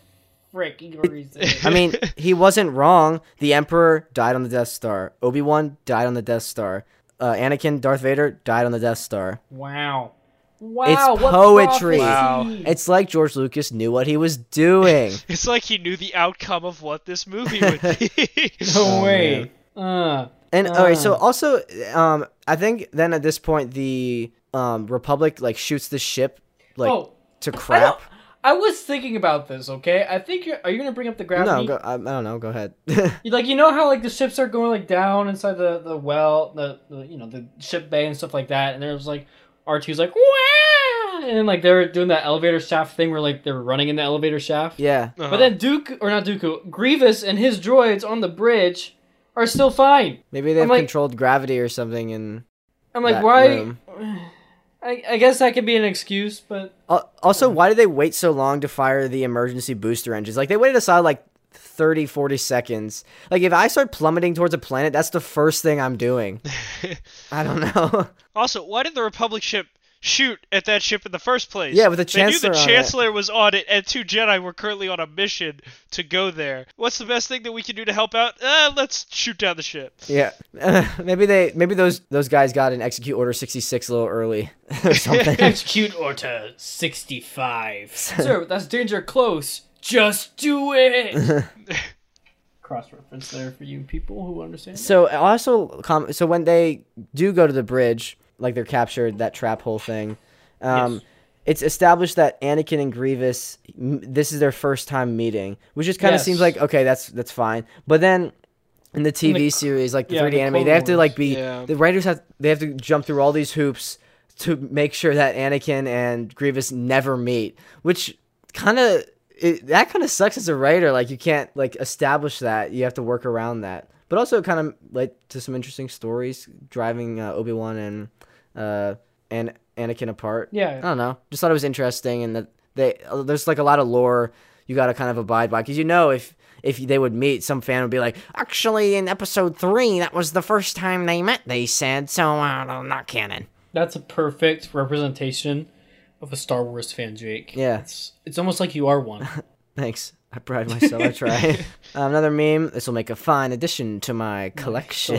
S3: frick!" You already said it.
S1: I mean, he wasn't wrong. The Emperor died on the Death Star. Obi Wan died on the Death Star. Uh, Anakin, Darth Vader died on the Death Star.
S3: Wow. Wow. what
S1: poetry.
S2: Wow.
S3: prophecy.
S1: It's like George Lucas knew what he was doing.
S2: It's like he knew the outcome of what this movie would be.
S1: Oh,
S3: No way. Uh,
S1: And all right, so
S3: Ah.
S1: also, um, I think then at this point the um Republic like shoots the ship like
S3: oh,
S1: to
S3: I, don't-
S1: crap.
S3: I was thinking about this. Okay, I think you're. Are you gonna bring up the
S1: No,
S3: gravity?
S1: go, I, I don't know. Go ahead.
S3: You- Like you know how like the ships are going like down inside the the well, the, the you know the ship bay and stuff like that, and there's like R2's like wow, and like they're doing that elevator shaft thing where like they're running in the elevator shaft.
S1: yeah,
S2: Uh-huh.
S3: But then Duke or not Dooku, Grievous and his droids on the bridge are still fine.
S1: maybe they've
S3: I'm like-
S1: controlled gravity or something. And
S3: I'm like,
S1: That
S3: why?
S1: room.
S3: I, I guess that could be an excuse, but
S1: al- also, why did they wait so long to fire the emergency booster engines? Like they waited aside like 30, 40 seconds. Like if I start plummeting towards a planet, that's the first thing I'm doing. I don't know.
S2: Also, why did the Republic ship shoot at that ship in the first place?
S1: Yeah, with the
S2: They
S1: Chancellor
S2: knew
S1: on
S2: the
S1: it.
S2: Chancellor was on it, and two Jedi were currently on a mission to go there. What's the best thing that we can do to help out? Uh, let's shoot down the ship.
S1: yeah, maybe they maybe those those guys got an execute order sixty six a little early or something.
S3: execute order sixty five. Sir, that's danger close. Just do it. Cross reference there for you people who understand.
S1: So also, com- so when they do go to the bridge, like they're captured, that trap hole thing. Um,
S3: Yes.
S1: It's established that Anakin and Grievous, m- this is their first time meeting, which just kind of
S3: Yes.
S1: seems like okay, that's that's fine. But then in the TV
S3: the c-
S1: series, like the
S3: yeah,
S1: 3D
S3: the
S1: anime,
S3: Clone
S1: they have to
S3: Wars.
S1: like be
S2: Yeah.
S1: the writers have they have to jump through all these hoops to make sure that Anakin and Grievous never meet, which kind of it, that kind of sucks as a writer. Like you can't like establish that. You have to work around that. But also kind of led to some interesting stories driving uh, Obi Wan and uh and Anakin apart.
S3: Yeah.
S1: I don't know. Just thought it was interesting and that they uh, there's like a lot of lore you got to kind of abide by because you know if if they would meet, some fan would be like, actually in episode three that was the first time they met. They said so. Uh, no, not canon.
S3: That's a perfect representation of a Star Wars fan, Jake.
S1: Yeah.
S3: It's, it's almost like you are one.
S1: Thanks. I pride myself. I try. uh, another meme. This will make a fine addition to my collection.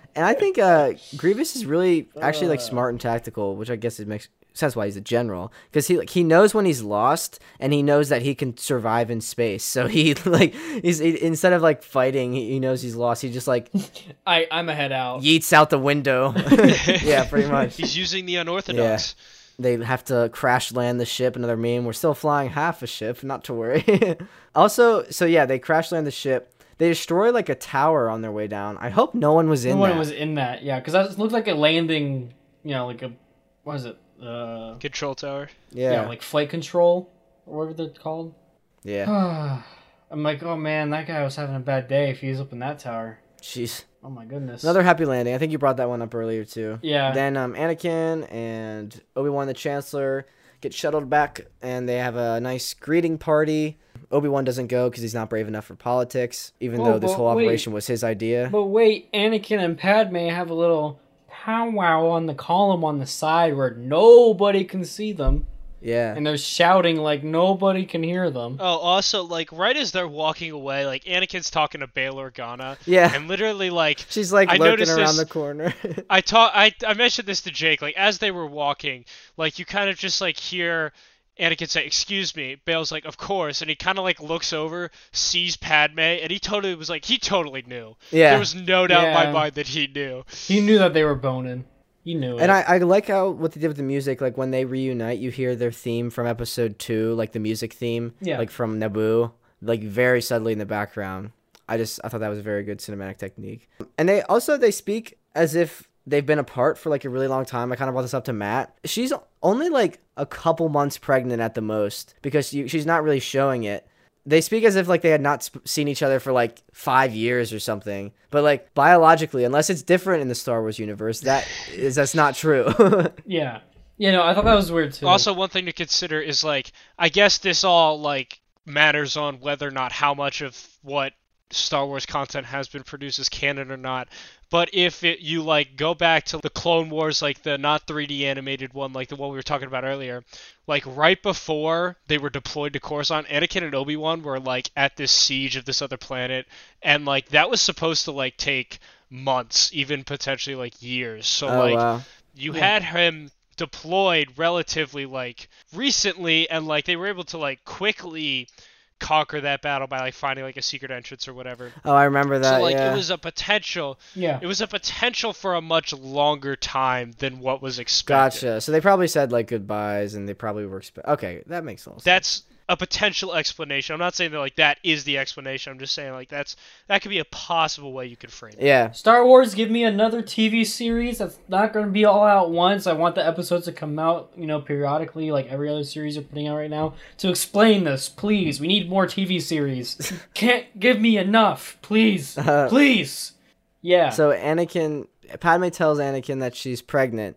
S1: and I think uh, Grievous is really actually like smart and tactical, which I guess it makes sense why he's a general because he like he knows when he's lost and he knows that he can survive in space. So he like he's he, instead of like fighting, he, he knows he's lost. He just like
S3: I, I'm a head out.
S1: yeets out the window. yeah, pretty much.
S2: He's using the unorthodox.
S1: they have to crash land the ship. Another meme. We're still flying half a ship, not to worry. also, so yeah, they crash land the ship. They destroy like a tower on their way down. I hope no one was in
S3: No one
S1: that.
S3: was in that, yeah, because that looked like a landing, you know, like a, what is it? Uh,
S2: Control tower.
S1: yeah,
S3: yeah.
S1: yeah,
S3: like flight control, or whatever they're called. I'm like, oh man, that guy was having a bad day if he was up in that tower.
S1: Jeez,
S3: Oh my goodness.
S1: another happy landing. I think you brought that one up earlier too.
S3: Yeah.
S1: Then um, Anakin and Obi Wan the Chancellor get shuttled back, and they have a nice greeting party. Obi Wan doesn't go because he's not brave enough for politics, even
S3: Oh,
S1: though this
S3: but
S1: whole
S3: wait.
S1: operation was his idea.
S3: But wait, Anakin and Padme have a little powwow on the column on the side where nobody can see them.
S1: Yeah.
S3: and they're shouting like nobody can hear them.
S2: Oh, also, like right as they're walking away, like Anakin's talking to Bail Organa,
S1: yeah.
S2: and literally, like
S1: She's like
S2: I
S1: lurking
S2: noticed
S1: around
S2: this-
S1: the corner.
S2: I taught I I mentioned this to Jake like as they were walking like you kind of just like hear Anakin say excuse me Bale's like of course and he kind of like looks over sees Padme and he totally was like he totally knew
S1: yeah.
S2: there was no doubt in my
S3: Yeah.
S2: mind that he knew
S3: He knew that they were boning. He knew it.
S1: And I, I like how what they did with the music, like when they reunite, you hear their theme from episode two, like the music theme,
S3: Yeah.
S1: like from Naboo, like very subtly in the background. I just I thought that was a very good cinematic technique. And they also they speak as if they've been apart for like a really long time. I kind of brought this up to Matt. She's only like a couple months pregnant at the most because you, she's not really showing it they speak as if like they had not sp- seen each other for like five years or something but like biologically unless it's different in the star wars universe that is that's not true
S3: yeah. Yeah, no, I thought that was weird too.
S2: Also, one thing to consider is like I guess this all like matters on whether or not how much of what Star Wars content has been produced is canon or not. But if it, you like go back to the Clone Wars, like the not 3D animated one, like the one we were talking about earlier, like right before they were deployed to Coruscant, Anakin and Obi Wan were like at this siege of this other planet, and like that was supposed to like take months, even potentially like years. So
S1: oh
S2: like
S1: wow
S2: you had him deployed relatively like recently and like they were able to like quickly conquer that battle by like finding like a secret entrance or whatever
S1: oh i remember that
S2: so like
S1: yeah.
S2: it was a potential
S3: yeah.
S2: it was a potential for a much longer time than what was expected
S1: gotcha so they probably said like goodbyes and they probably were expe- okay that makes sense
S2: that's a potential explanation i'm not saying that like that is the explanation i'm just saying like that's that could be a possible way you could frame it
S1: yeah
S3: Star Wars, give me another TV series that's not going to be all out once. I want the episodes to come out, you know, periodically, like every other series you're putting out right now, to explain this. Please, we need more TV series. Can't give me enough, please,
S1: Uh,
S3: please. Yeah,
S1: So Anakin, Padme tells Anakin that she's pregnant,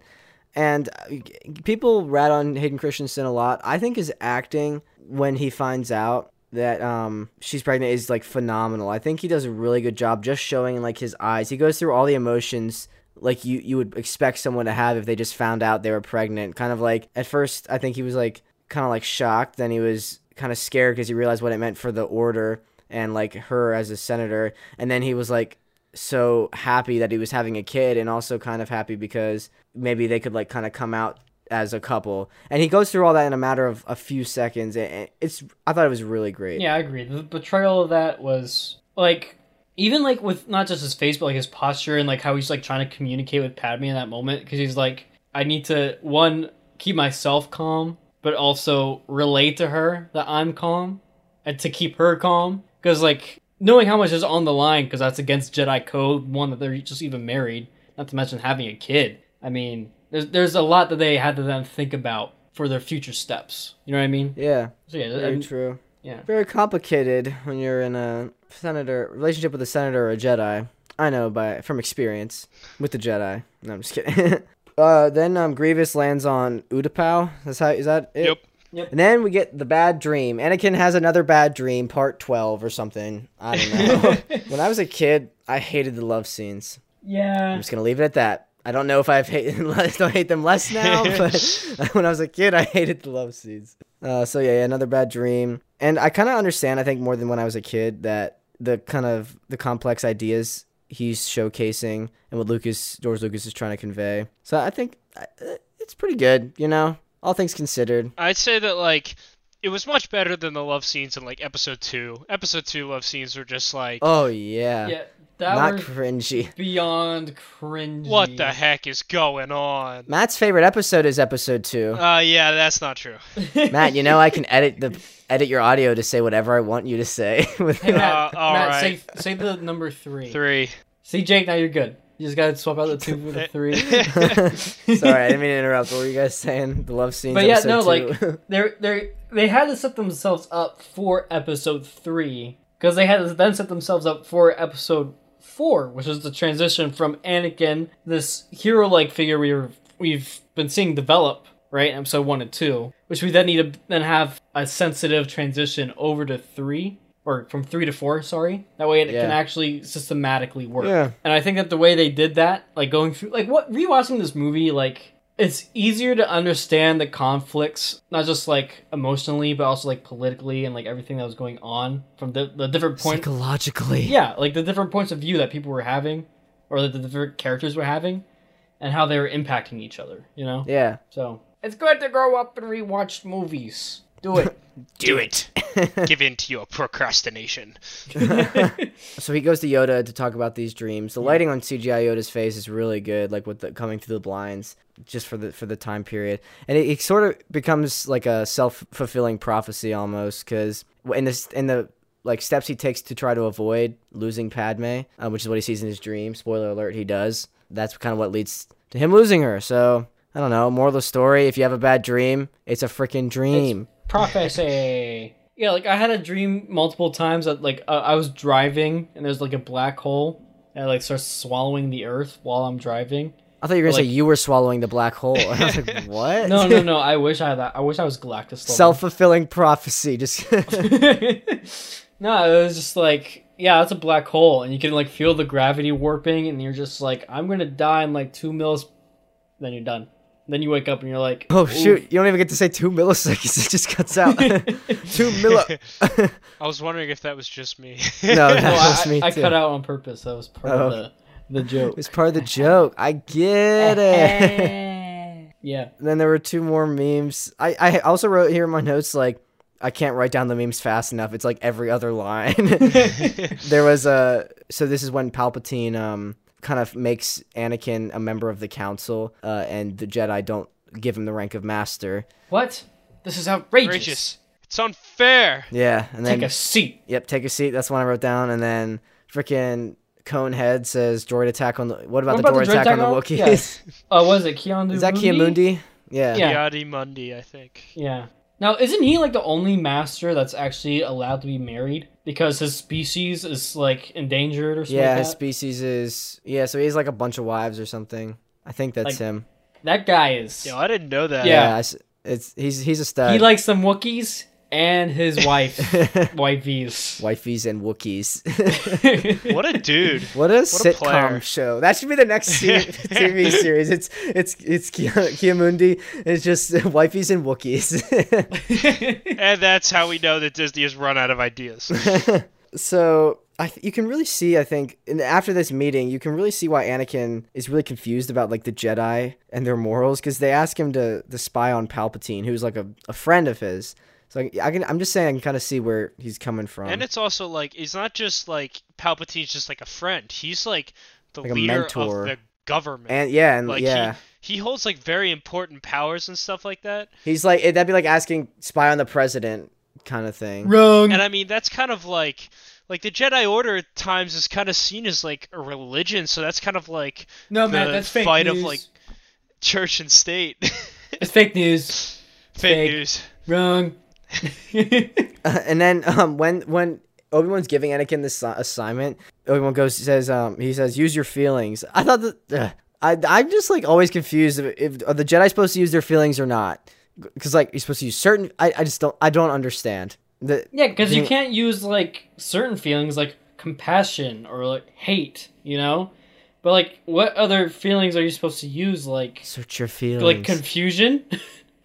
S1: and uh, people rat on Hayden Christensen a lot. I think his acting when he finds out that um she's pregnant is like phenomenal. I think he does a really good job just showing like his eyes. He goes through all the emotions like you you would expect someone to have if they just found out they were pregnant. Kind of like at first I think he was like kind of like shocked, then he was kind of scared because he realized what it meant for the order and like her as a senator, and then he was like so happy that he was having a kid and also kind of happy because maybe they could like kind of come out as a couple and he goes through all that in a matter of a few seconds and it's i thought it was really great
S3: yeah, I agree. The betrayal of that was like, even like with not just his face, but like his posture and like how he's like trying to communicate with Padme in that moment because he's like, I need to one keep myself calm, but also relate to her that I'm calm and to keep her calm because like knowing how much is on the line because that's against Jedi code. One that they're just even married, not to mention having a kid. I mean, there's there's a lot that they had to then think about for their future steps. You know what I mean?
S1: yeah
S3: So yeah,
S1: very
S3: I'm-
S1: true
S3: yeah.
S1: very complicated when you're in a senator relationship with a senator or a jedi i know by from experience with the jedi no i'm just kidding uh then um grievous lands on utapau that's how is that it
S2: Yep.
S1: and then we get the bad dream. Anakin has another bad dream, part 12 or something. I don't know. when I was a kid, I hated the love scenes.
S3: Yeah.
S1: I'm just going to leave it at that. I don't know if I've hate, don't hate them less now, but when I was a kid, I hated the love scenes. Uh, so yeah, yeah, another bad dream. And I kind of understand, I think more than when I was a kid, that the kind of the complex ideas he's showcasing and what Lucas, George Lucas is trying to convey. So I think uh, it's pretty good, you know, all things considered.
S2: I'd say that like it was much better than the love scenes in like episode two. Episode two love scenes were just like
S1: Oh yeah.
S3: Yeah, that
S1: Not
S3: was
S1: cringy.
S3: beyond cringe.
S2: what the heck is going on?
S1: Matt's favorite episode is episode two.
S2: Uh yeah, that's not true.
S1: Matt, you know I can edit the edit your audio to say whatever I want you to say. With
S3: Hey, Matt,
S2: Uh, all
S3: Matt
S2: right.
S3: say, say the number three.
S2: Three.
S3: See, Jake, now you're good. You just gotta swap out the two for the three.
S1: Sorry, I didn't mean to interrupt. What were you guys saying? The love scenes.
S3: But yeah,
S1: episode
S3: no,
S1: two.
S3: like they're they they had to set themselves up for episode three because they had to then set themselves up for episode four, which is the transition from Anakin, this hero-like figure we were, we've been seeing develop, right? in Episode one and two, which we then need to then have a sensitive transition over to three. Or from three to four, sorry. That way it
S1: Yeah.
S3: can actually systematically work.
S1: Yeah.
S3: And I think that the way they did that, like going through, like what rewatching this movie, like it's easier to understand the conflicts, not just like emotionally, but also like politically and like everything that was going on from the, the different points.
S1: Psychologically.
S3: yeah, like the different points of view that people were having, or that the different characters were having, and how they were impacting each other. You know.
S1: Yeah.
S3: So it's good to grow up and rewatch movies. Do it.
S2: Do it. Give in to your procrastination.
S1: So he goes to Yoda to talk about these dreams. The lighting on CGI Yoda's face is really good, like with the coming through the blinds, just for the for the time period. And it, it sort of becomes like a self fulfilling prophecy almost, because in this in the like steps he takes to try to avoid losing Padme, uh, which is what he sees in his dream. Spoiler alert, he does. That's kind of what leads to him losing her. So I don't know. Moral of the story: If you have a bad dream, it's a freaking dream.
S3: prophecy. Yeah, like I had a dream multiple times that like uh, I was driving and there's like a black hole that like starts swallowing the earth while I'm driving.
S1: I thought you were gonna
S3: Like-
S1: say you were swallowing the black hole. And I was like, what?
S3: No, no, no. I wish I had that. I wish I was Galactus. level.
S1: Self fulfilling prophecy. Just
S3: no, it was just like yeah, that's a black hole, and you can like feel the gravity warping, and you're just like, I'm gonna die in like two mils. Then you're done. Then you wake up and you're like,
S1: Oh
S3: oof.
S1: shoot! You don't even get to say two milliseconds. It just cuts out. two milli.
S2: I was wondering if that was just me.
S1: No, that
S3: No,
S1: was
S3: I,
S1: me
S3: I
S1: too.
S3: cut out on purpose. That was part
S1: Oh.
S3: of the the joke.
S1: It's part of the joke. I get it.
S3: Yeah.
S1: And then there were two more memes. I I also wrote here in my notes like I can't write down the memes fast enough. It's like every other line. there was a so this is when Palpatine um kind of makes Anakin a member of the Council, uh, and the Jedi don't give him the rank of Master.
S3: What? This is outrageous.
S2: Outrageous. It's unfair.
S1: Yeah, and then
S3: Take a seat.
S1: Yep, take a seat. That's one I wrote down. And then freaking Conehead says droid attack on the. What about, the droid attack, on the Wookiees?
S3: Oh, was it Keanu?
S1: Is that Kiamundi? Yeah.
S3: Yeah.
S2: Yadi Mundi, I think.
S3: Yeah. Now, isn't he like the only master that's actually allowed to be married because his species is like endangered or something?
S1: Yeah,
S3: like
S1: his
S3: that?
S1: species is. Yeah, so he has like a bunch of wives or something. I think that's
S3: Like-
S1: him.
S3: that guy is.
S2: Yo, I didn't know that.
S3: Yeah.
S1: Yeah. I s- it's he's he's a stud.
S3: he likes some Wookiees and his wife, wifeys.
S1: Wifeys and Wookiees.
S2: What a dude.
S1: what a sitcom
S2: player.
S1: show! That should be the next se- TV series. It's it's it's Kia- Kiamundi. It's just wifeys and Wookiees.
S2: and that's how we know that Disney has run out of ideas.
S1: So I th- you can really see, I think, in after this meeting, you can really see why Anakin is really confused about like the Jedi and their morals because they ask him to to spy on Palpatine, who's like a, a friend of his. So I, I can, I'm just saying, I can kind of see where he's coming from.
S2: And it's also like it's not just like Palpatine's just like a friend. He's like the
S1: Like a
S2: leader
S1: mentor.
S2: of the government.
S1: And- yeah, and
S2: like
S1: yeah,
S2: he, he holds like very important powers and stuff like that.
S1: he's like it, that'd be like asking spy on the president kind of thing.
S3: Wrong.
S2: And I mean that's kind of like like the Jedi Order at times is kind of seen as like a religion, so that's kind of like
S3: no,
S2: the
S3: man, that's fake
S2: fight
S3: news.
S2: of like church and state.
S3: It's fake news.
S2: Fake
S3: Fake.
S2: news.
S3: Wrong.
S1: and then um, when when Obi Wan's giving Anakin this assi- assignment, Obi Wan goes says um, he says use your feelings. I thought that ugh. I I'm just like always confused if, if are the Jedi supposed to use their feelings or not? Because like you're supposed to use certain. I, I just don't I don't understand. The,
S3: Yeah, because you
S1: Being-
S3: can't use like certain feelings like compassion or like hate, you know. But like, what other feelings are you supposed to use? Like,
S1: Search your feelings.
S3: like confusion.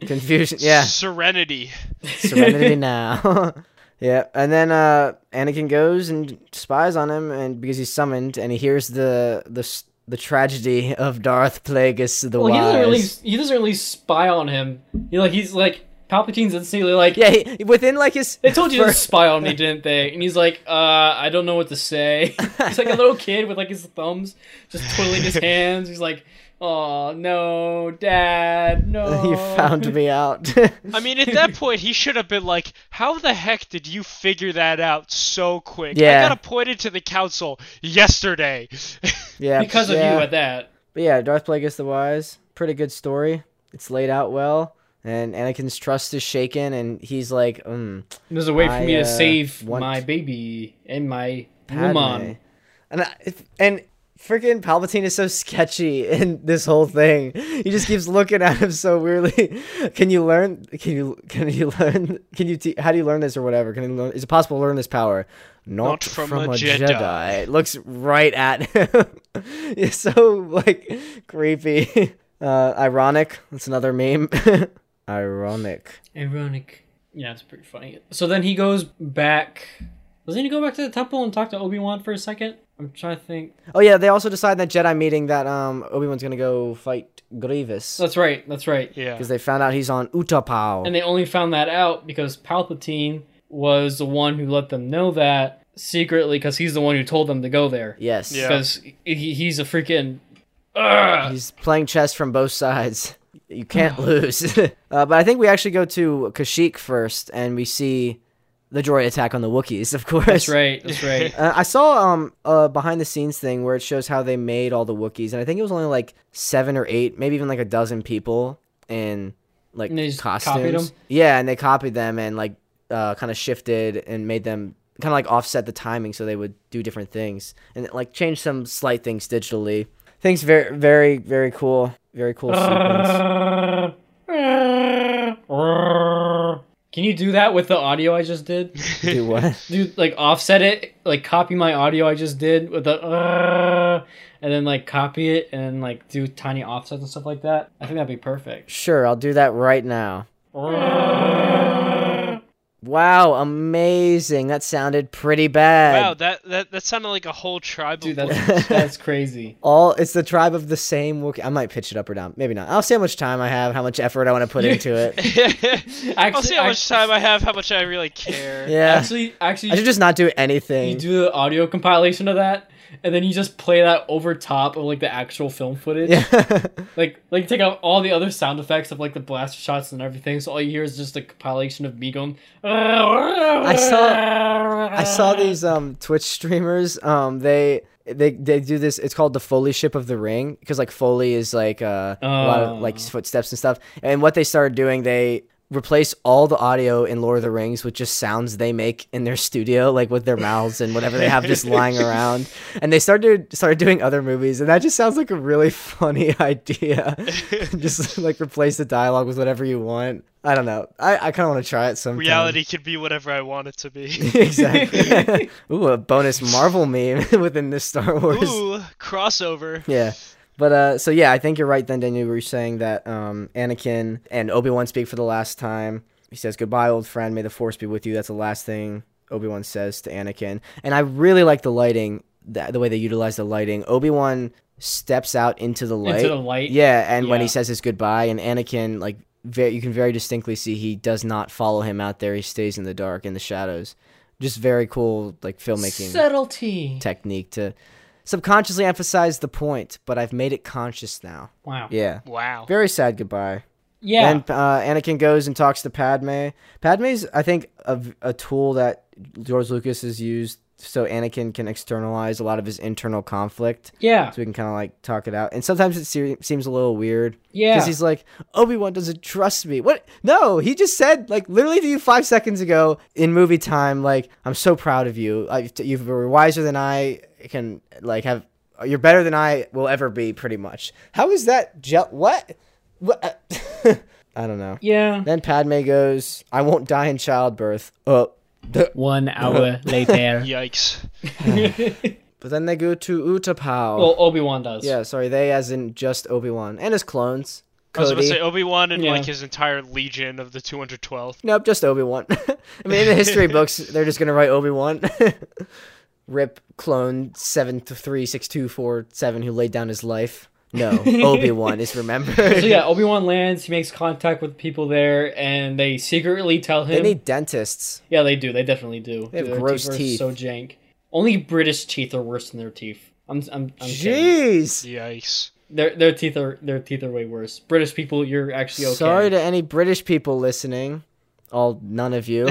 S1: confusion. Yeah,
S2: Serenity.
S1: serenity now. yeah, and then uh, Anakin goes and spies on him, and because he's summoned, and he hears the the s- the tragedy of Darth Plagueis the
S3: well, he
S1: Wise.
S3: doesn't really. He doesn't really spy on him. You know, like he's like Palpatine's instantly like,
S1: Yeah, he, within like his.
S3: They told you to
S1: first-
S3: spy on me, didn't they? And he's like, uh, I don't know what to say. he's like a little kid with like his thumbs just twiddling his hands. He's like, oh no, dad, no.
S1: you found me out.
S2: I mean, at that point, he should have been like, "How the heck did you figure that out so quick?
S1: Yeah.
S2: I got appointed to the council yesterday."
S1: yeah,
S3: because of
S1: yeah.
S3: you at that.
S1: But yeah, Darth Plagueis the Wise. Pretty good story. It's laid out well, and Anakin's trust is shaken, and he's like, mm,
S3: There's a way for
S1: I,
S3: me
S1: uh,
S3: to save
S1: want-
S3: my baby and my
S1: Padme.
S3: woman.
S1: And I, and freaking Palpatine is so sketchy in this whole thing. He just keeps looking at him so weirdly. Can you learn? Can you can you learn? Can you te- how do you learn this or whatever? Can you learn? Is it possible to learn this power? Not, from, a, Jedi. It looks right at him. it's so like creepy. Uh, ironic. That's another meme. ironic.
S3: Ironic. Yeah, it's pretty funny. So then he goes back. Doesn't he go back to the temple and talk to Obi Wan for a second? I'm trying to think.
S1: Oh yeah, they also decide in that Jedi meeting that um Obi Wan's gonna go fight Grievous
S3: That's right. That's right.
S2: Yeah.
S1: because they found out he's on Utapau.
S3: And they only found that out because Palpatine was the one who let them know that secretly because he's the one who told them to go there.
S1: yes.
S2: Yeah.
S3: Because he, he's a freaking. Ugh.
S1: He's playing chess from both sides. You can't
S3: Oh.
S1: lose. uh, but I think we actually go to Kashyyyk first, and we see the droid attack on the Wookiees, of course.
S3: That's right. That's right.
S1: Uh, I saw um a behind the scenes thing where it shows how they made all the Wookiees, and I think it was only like seven or eight, maybe even like a dozen people in like
S3: And they just
S1: costumes.
S3: copied 'em?
S1: Yeah, and they copied them and like uh, kind of shifted and made them kind of like offset the timing so they would do different things and like change some slight things digitally. Things very very very cool, very cool sequence.
S3: Can you do that with the audio I just did?
S1: Do what?
S3: do like offset it, like copy my audio I just did with the uh, and then like copy it and like do tiny offsets and stuff like that. I think that'd be perfect.
S1: Sure, I'll do that right now. Wow, amazing! That sounded pretty bad.
S2: Wow, that, that that sounded like a whole tribal.
S3: Dude,
S2: voice.
S3: that's that's crazy.
S1: All it's the tribe of the same Wookiee. I might pitch it up or down. Maybe not. I'll see how much time I have, how much effort I want to put into it.
S2: I'll see how much time I have, how much I really care.
S1: Yeah.
S3: Actually, actually,
S1: I should just not do anything.
S3: you do the audio compilation of that, and then you just play that over top of like the actual film footage.
S1: yeah.
S3: Like, like take out all the other sound effects of like the blaster shots and everything. So all you hear is just the compilation of me going. I
S1: saw- I saw these um Twitch streamers. Um they they they do this it's called the Foley ship of the ring because like Foley is like uh, a lot of like footsteps and stuff. And what they started doing, they replace all the audio in Lord of the Rings with just sounds they make in their studio, like with their mouths and whatever they have just lying around. And they started started doing other movies, and that just sounds like a really funny idea. just like replace the dialogue with whatever you want. I don't know. I, I kind of want to try it sometime.
S2: Reality could be whatever I want it to be.
S1: exactly. Ooh, a bonus Marvel meme within this Star Wars.
S2: Ooh, crossover.
S1: Yeah. But uh, so yeah, I think you're right. Then Daniel, you were saying that um, Anakin and Obi Wan speak for the last time. He says goodbye, old friend. May the Force be with you. That's the last thing Obi Wan says to Anakin. And I really like the lighting, the, the way they utilize the lighting. Obi Wan steps out into the light.
S3: into the light.
S1: Yeah, and when he
S3: Yeah.
S1: says his goodbye, and Anakin like very, you can very distinctly see he does not follow him out there. He stays in the dark in the shadows. Just very cool like filmmaking
S3: subtlety.
S1: technique to subconsciously emphasize the point, but I've made it conscious now.
S3: wow. Yeah.
S1: Yeah.
S2: Wow.
S1: Very sad goodbye. Then uh, Anakin goes and talks to Padme. Padme's, I think, a, a tool that George Lucas has used so Anakin can externalize a lot of his internal conflict,
S3: yeah.
S1: so we can kind of like talk it out. And sometimes it se- seems a little weird.
S3: Yeah.
S1: Because he's like, Obi Wan doesn't trust me. What? No, he just said, like, literally to you five seconds ago in movie time, like, I'm so proud of you. I, you were wiser than I can, like, have. You're better than I will ever be, pretty much. How is that? Je- what? what? I don't know.
S3: yeah.
S1: Then Padme goes, I won't die in childbirth. Oh. But
S3: One hour later.
S2: Yikes.
S1: then they go to Utapau.
S3: Well, Obi Wan does.
S1: yeah, sorry, they as in just Obi Wan and his clones.
S2: I was
S1: Cody.
S2: about to say Obi Wan and
S3: Yeah.
S2: like his entire legion of the 212th.
S1: Nope, just Obi Wan. I mean, in the history books, they're just gonna write Obi Wan. Rip clone seven three six two four seven who laid down his life. No, Obi Wan is remembered.
S3: So yeah, Obi Wan lands. He makes contact with people there, and they secretly tell him.
S1: They need dentists.
S3: yeah, they do. They definitely do.
S1: They have
S3: Their
S1: gross
S3: teeth. Are
S1: teeth.
S3: So jank. Only British teeth are worse than their teeth. I'm. I'm. I'm kidding.
S1: Jeez.
S2: Yikes.
S3: Their their teeth are their teeth are way worse. British people, you're actually okay.
S1: Sorry to any British people listening. All none of you.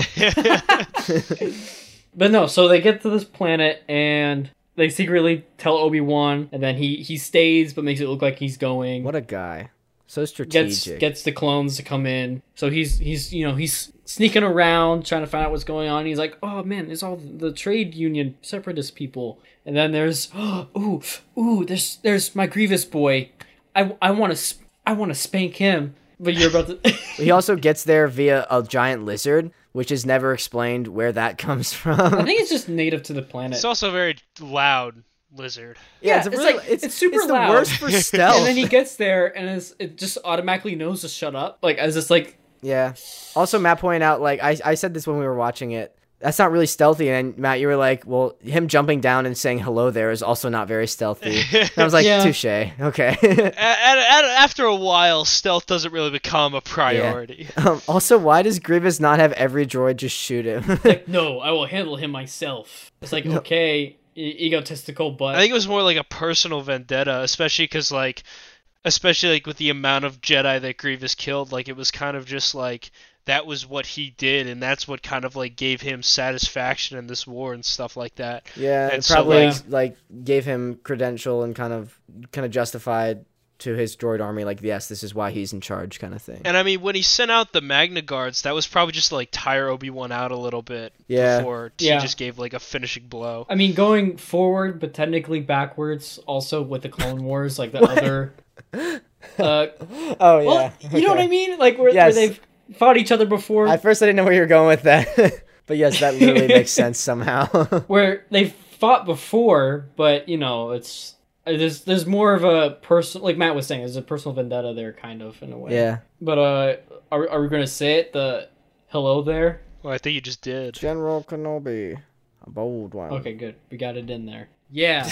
S3: But no, so they get to this planet and they secretly tell Obi Wan, and then he he stays but makes it look like he's going.
S1: What a guy. So
S3: gets
S1: strategic.
S3: gets the clones to come in. So he's he's you know he's sneaking around trying to find out what's going on. He's like, oh man, there's all the trade union separatist people, and then there's oh ooh ooh there's there's my Grievous boy. I I want to I want to spank him. But you're about to.
S1: he also gets there via a giant lizard, which is never explained where that comes
S3: I
S1: from.
S3: Uh, think it's just native to the planet.
S2: It's also very loud. lizard.
S1: Yeah,
S3: Yeah,
S1: it's, a
S3: it's
S1: really,
S3: like-
S1: it's,
S3: it's super
S1: it's the
S3: loud.
S1: worst for stealth.
S3: And then he gets there and it's, it just automatically knows to shut up. Like, as it's like,
S1: Yeah. Also, Matt pointed out, like, I, I said this when we were watching it. That's not really stealthy. And Matt, you were like, well, him jumping down and saying hello there is also not very stealthy. And I was like,
S3: Yeah.
S1: touche. Okay.
S2: A- a- a- after a while, stealth doesn't really become a priority.
S1: um, also, why does Grievous not have every droid just shoot him?
S3: like, no, I will handle him myself. It's like, okay, e- egotistical, but.
S2: I think it was more like a personal vendetta, especially because like, especially like with the amount of Jedi that Grievous killed, like it was kind of just like that was what he did, and that's what kind of like gave him satisfaction in this war and stuff like that.
S1: yeah,
S2: And
S1: it
S2: so,
S1: probably
S3: like-
S1: like gave him credential and kind of kind of justified to his droid army, like, yes, this is why he's in charge, kind of thing.
S2: And I mean, when he sent out the Magna Guards, that was probably just to, like tire Obi Wan out a little bit
S1: Yeah.
S2: before
S3: Yeah.
S2: he just gave like a finishing blow.
S3: I mean, going forward, but technically backwards, also with the Clone Wars, like the other. Uh,
S1: Oh
S3: well, you know what I mean? Like, where,
S1: Yes.
S3: where they've fought each other before,
S1: At first, I didn't know where you were going with that, but yes, that literally makes sense somehow.
S3: where they've fought before, but, you know, it's. uh, There's, there's more of a personal, like Matt was saying, there's a personal vendetta there, kind of, in a way.
S1: yeah.
S3: But, uh, are, are we going to say it? The hello there?
S2: Well, I think you just did.
S1: General Kenobi. A bold one.
S3: Okay, good. We got it in there. Yeah.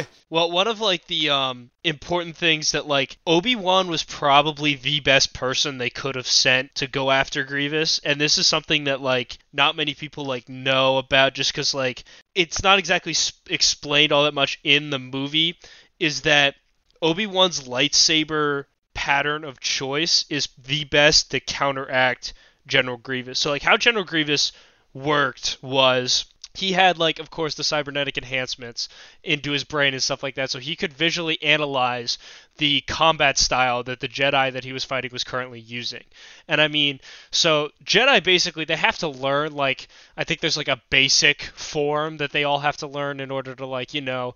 S2: well, one of like the um important things that like Obi-Wan was probably the best person they could have sent to go after Grievous, and this is something that like not many people like know about just cuz like it's not exactly sp- explained all that much in the movie is that Obi-Wan's lightsaber pattern of choice is the best to counteract General Grievous. So like how General Grievous worked was he had like of course the cybernetic enhancements into his brain and stuff like that so he could visually analyze the combat style that the jedi that he was fighting was currently using and i mean so jedi basically they have to learn like i think there's like a basic form that they all have to learn in order to like you know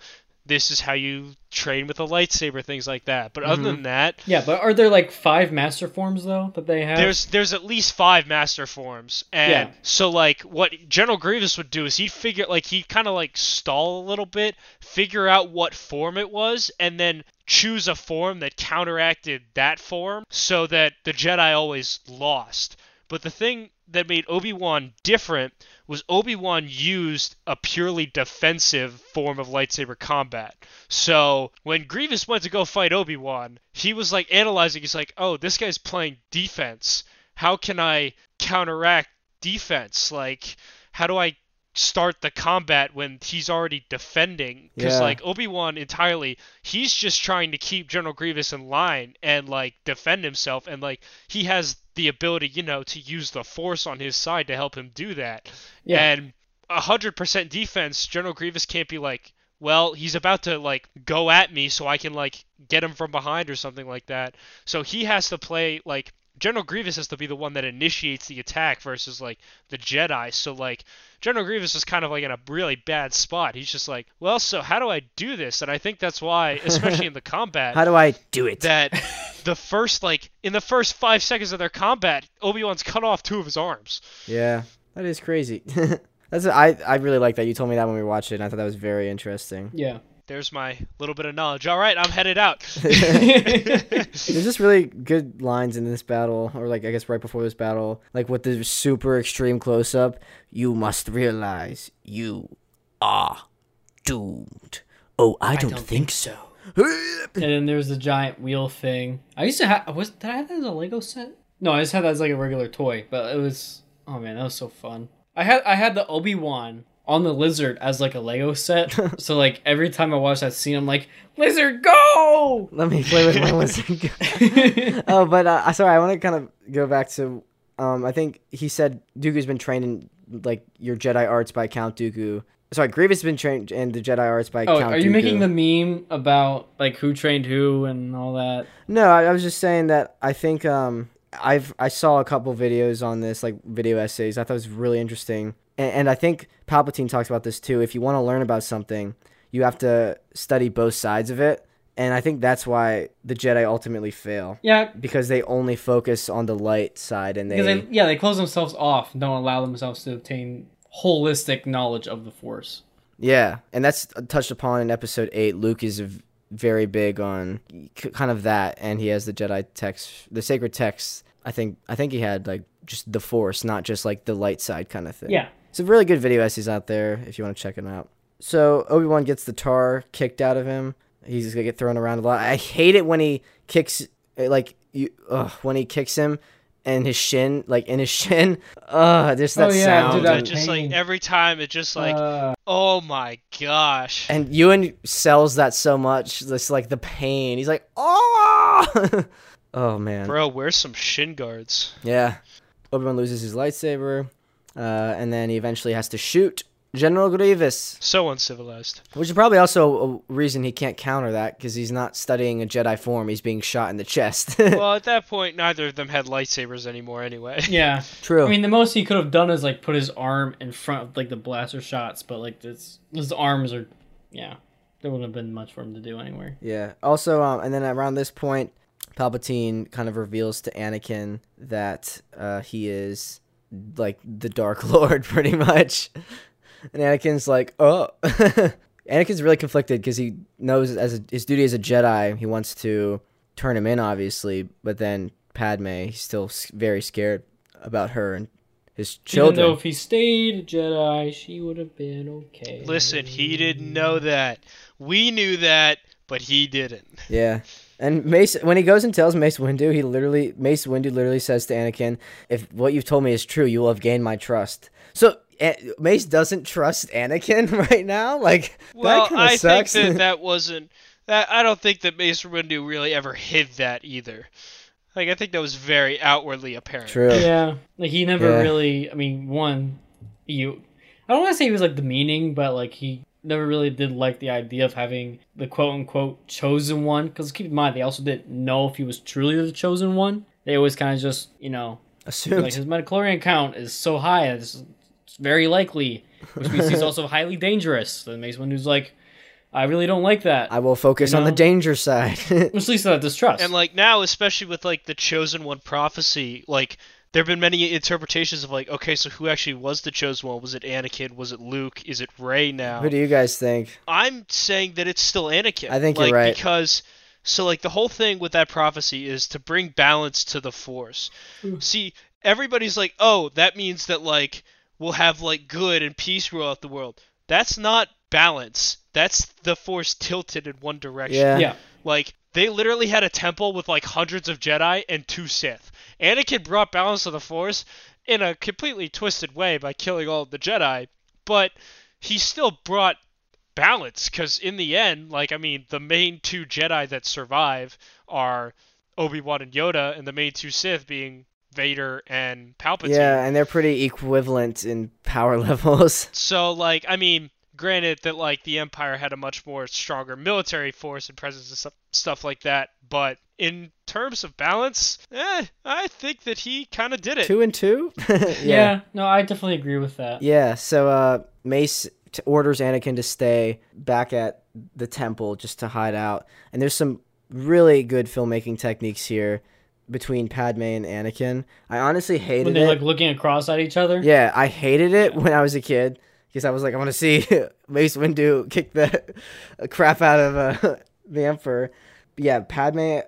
S2: this is how you train with a lightsaber things like that but other than that
S3: Yeah, but are there like five master forms though that they have?
S2: there's there's at least five master forms and
S3: Yeah.
S2: so like what general grievous would do is he'd figure like he'd kind of like stall a little bit figure out what form it was and then choose a form that counteracted that form so that the jedi always lost but the thing that made obi-wan different was obi-wan used a purely defensive form of lightsaber combat so when Grievous went to go fight Obi Wan, he was like analyzing. He's like, "Oh, this guy's playing defense. How can I counteract defense? Like, how do I start the combat when he's already defending? Because
S1: Yeah.
S2: like Obi Wan entirely, he's just trying to keep General Grievous in line and like defend himself. And like he has the ability, you know, to use the Force on his side to help him do that.
S3: Yeah.
S2: And a hundred percent defense, General Grievous can't be like, well, he's about to like go at me, so I can like get him from behind or something like that. So he has to play like General Grievous has to be the one that initiates the attack versus like the Jedi. So like General Grievous is kind of like in a really bad spot. He's just like, well, so how do I do this? And I think that's why, especially in the combat,
S1: How do I do it?
S2: that the first like in the first five seconds of their combat, Obi Wan's cut off two of his arms.
S1: yeah. That is crazy. That's I I really like that. You told me that when we watched it, and I thought that was very interesting.
S3: yeah.
S2: There's my little bit of knowledge. All right, I'm headed out.
S1: There's just really good lines in this battle, or like I guess right before this battle, like with the super extreme close up. You must realize you are doomed. Oh, I don't,
S3: don't
S1: think,
S3: think
S1: so.
S3: and then there's the giant wheel thing. I used to have. Was did I have that as a Lego set? No, I just had that as like a regular toy. But it was. Oh man, that was so fun. I had I had the Obi Wan on the lizard as like a Lego set. so like every time I watch that scene, I'm like, lizard, go! Oh,
S1: Let me play with my lizard. oh, but uh, sorry, I want to kind of go back to. Um, I think he said Dooku's been trained in like your Jedi arts by Count Dooku. Sorry, Grievous has been trained in the Jedi arts by
S3: Oh,
S1: Count.
S3: are you making
S1: Dooku.
S3: the meme about like who trained who and all that?
S1: No, I, I was just saying that I think um I've I saw a couple videos on this like video essays. I thought it was really interesting, and, and I think Palpatine talks about this too. If you want to learn about something, you have to study both sides of it, and I think that's why the Jedi ultimately fail
S3: Yeah,
S1: because they only focus on the light side and they,
S3: Because they, yeah, they close themselves off, don't allow themselves to obtain holistic knowledge of the Force.
S1: Yeah, and that's touched upon in episode eight. Luke is v- very big on k- kind of that, and he has the Jedi text, the sacred text. I think I think he had like just the Force, not just like the light side kind of thing.
S3: Yeah.
S1: it's a really good video essays out there if you want to check it out. So Obi Wan gets the tar kicked out of him. He's gonna get thrown around a lot. I hate it when he kicks eh, like you ugh, when he kicks him and his shin like in his shin. Ugh, there's that
S3: Oh, yeah,
S1: sound.
S3: dude,
S1: and-
S3: that
S2: It just like
S3: pain.
S2: every time, it just like,
S3: Uh,
S2: oh my gosh.
S1: And Ewan sells that so much. This like the pain. He's like, oh, oh man,
S2: Bro, where's some shin guards?
S1: yeah. Obi Wan loses his lightsaber, uh, and then he eventually has to shoot General Grievous,
S2: So uncivilized.
S1: which is probably also a reason he can't counter that because he's not studying a Jedi form. He's being shot in the chest.
S2: well, at that point, neither of them had lightsabers anymore anyway.
S3: yeah.
S1: True.
S3: I mean, the most he could have done is like put his arm in front of like the blaster shots, but like this, his arms are, yeah, there wouldn't have been much for him to do anyway.
S1: Yeah. Also, um, and then around this point, Palpatine kind of reveals to Anakin that uh, he is like the Dark Lord, pretty much. And Anakin's like, oh. Anakin's really conflicted because he knows as a, his duty as a Jedi, he wants to turn him in, obviously, but then Padme, he's still s- very scared about her and his
S3: Even though
S1: children.
S3: if he stayed a Jedi, she would have been okay.
S2: Listen, he didn't know that. We knew that, but he didn't.
S1: Yeah. And Mace, when he goes and tells Mace Windu, he literally, Mace Windu literally says to Anakin, if what you've told me is true, you will have gained my trust. So A- Mace doesn't trust Anakin right now? Like,
S2: Well,
S1: that kind
S2: I
S1: of sucks.
S2: think that that wasn't. That I don't think that Mace Windu really ever hid that either. Like I think that was very outwardly apparent.
S1: True.
S3: Yeah, like he never
S1: Yeah.
S3: really. I mean, one, you. I don't want to say he was like demeaning, but like he never really did like the idea of having the quote unquote chosen one. Because keep in mind, they also didn't know if he was truly the chosen one. They always kind of just, you know,
S1: Assumed.
S3: like his metachlorian count is so high, it's, it's very likely, which means he's also highly dangerous. That makes one who's like, I really don't like that.
S1: I will focus
S3: you
S1: on the
S3: know?
S1: danger side.
S3: Which leads to that distrust.
S2: And like now, especially with like the chosen one prophecy, like there have been many interpretations of like, okay, so who actually was the chosen one? Was it Anakin? Was it Luke? Is it Rey now?
S1: Who do you guys think?
S2: I'm saying that it's still Anakin.
S1: I think you're
S2: like,
S1: right.
S2: Because so like the whole thing with that prophecy is to bring balance to the force. See, everybody's like, "Oh, that means that like we'll have like good and peace rule out the world." That's not balance. That's the force tilted in one direction.
S1: Yeah.
S3: yeah,
S2: Like they literally had a temple with like hundreds of Jedi and two Sith. Anakin brought balance to the Force in a completely twisted way by killing all the Jedi, but he still brought balance because in the end, like I mean, the main two Jedi that survive are Obi Wan and Yoda, and the main two Sith being Vader and Palpatine.
S1: Yeah, and they're pretty equivalent in power levels.
S2: So, like, I mean, granted that like the Empire had a much more stronger military force and presence and stuff, stuff like that, but in terms of balance, eh, I think that he kind of did it.
S1: two and two?
S3: yeah, No, I definitely agree with that.
S1: Yeah, so uh, Mace t- orders Anakin to stay back at the temple just to hide out. And there's some really good filmmaking techniques here between Padme and Anakin. I honestly hated
S3: When they're
S1: it.
S3: like looking across at each other.
S1: yeah, I hated it when I was a kid because I was like, I want to see Mace Windu kick the crap out of uh, the Emperor. But yeah, Padme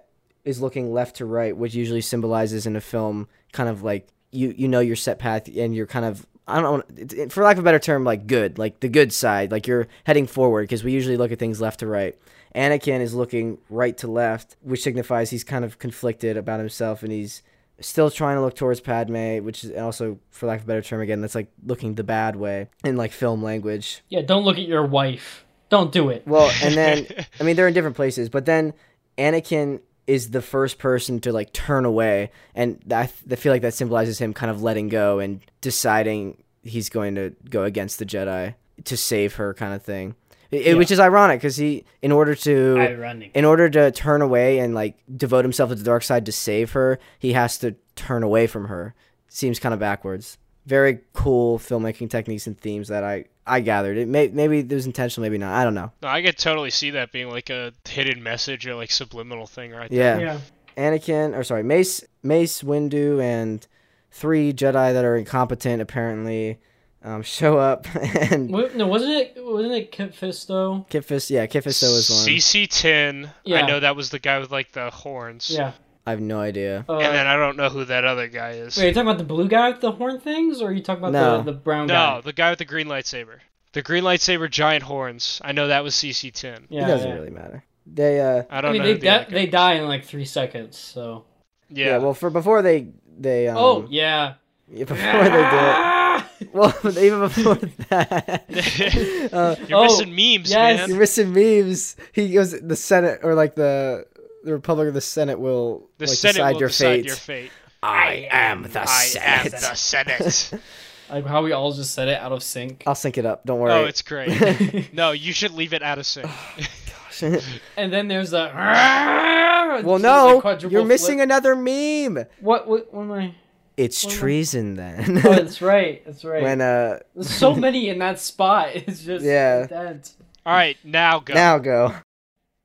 S1: is looking left to right, which usually symbolizes in a film kind of like you you know your set path and you're kind of I don't know it- for lack of a better term like good like the good side like you're heading forward because we usually look at things left to right. Anakin is looking right to left, which signifies he's kind of conflicted about himself and he's still trying to look towards Padme, which is also for lack of a better term again that's like looking the bad way in like film language.
S3: Yeah, don't look at your wife. Don't do it.
S1: Well, and then I mean they're in different places, but then Anakin is the first person to like turn away, and I, th- I feel like that symbolizes him kind of letting go and deciding he's going to go against the Jedi to save her, kind of thing. It, it- Which is ironic because he, in order to
S3: Ironic.
S1: in order to turn away and like devote himself to the dark side to save her, he has to turn away from her. Seems kind of backwards. Very cool filmmaking techniques and themes that I I gathered. It may maybe it was intentional, maybe not. I don't know.
S2: No, I could totally see that being like a hidden message or like subliminal thing right
S1: Yeah.
S3: yeah.
S1: Anakin, or sorry, Mace, Mace Windu, and three Jedi that are incompetent apparently um, show up and
S3: Wa- No, wasn't it? Wasn't it Kit Fisto?
S1: Kit Fis- yeah, Kit Fisto was one.
S2: CC Tin. I
S3: Yeah.
S2: know that was the guy with like the horns.
S3: Yeah.
S1: I have no idea.
S3: Uh,
S2: And then I don't know who that other guy is.
S3: wait, are you talking about the blue guy with the horn things, or are you talking about
S1: No.
S3: the, the brown guy?
S2: no, the guy with the green lightsaber. The green lightsaber, giant horns. I know that was CC Tin.
S3: Yeah.
S1: it doesn't
S3: yeah.
S1: really matter. They uh
S2: I
S3: I
S2: don't
S3: mean,
S2: know.
S3: they
S2: who the other
S3: di-
S2: guy
S3: they
S2: is.
S3: die in like three seconds. So.
S2: Yeah.
S1: yeah, well for before they they um
S3: oh yeah.
S1: yeah, before they did
S3: did.
S1: well even before that uh,
S2: You're
S3: Oh,
S2: missing memes,
S3: yes.
S1: you're
S2: man.
S1: missing memes. He goes the Senate or like the the Republic of the Senate will
S2: The
S1: like
S2: Senate
S1: decide
S2: will
S1: your
S2: decide
S1: fate.
S2: your fate.
S1: I am the
S2: I am the Senate.
S3: Like how we all just said it out of sync.
S1: I'll sync it up. Don't worry.
S2: oh, it's great. No, you should leave it out of sync.
S3: and then there's the.
S1: well, no, you're missing another meme.
S3: What, what? What am I?
S1: It's
S3: Well, no.
S1: treason then.
S3: Oh, that's right. That's right.
S1: when uh,
S3: There's so many in that spot. It's just
S1: Yeah.
S3: intense.
S2: All right, now go.
S1: now go.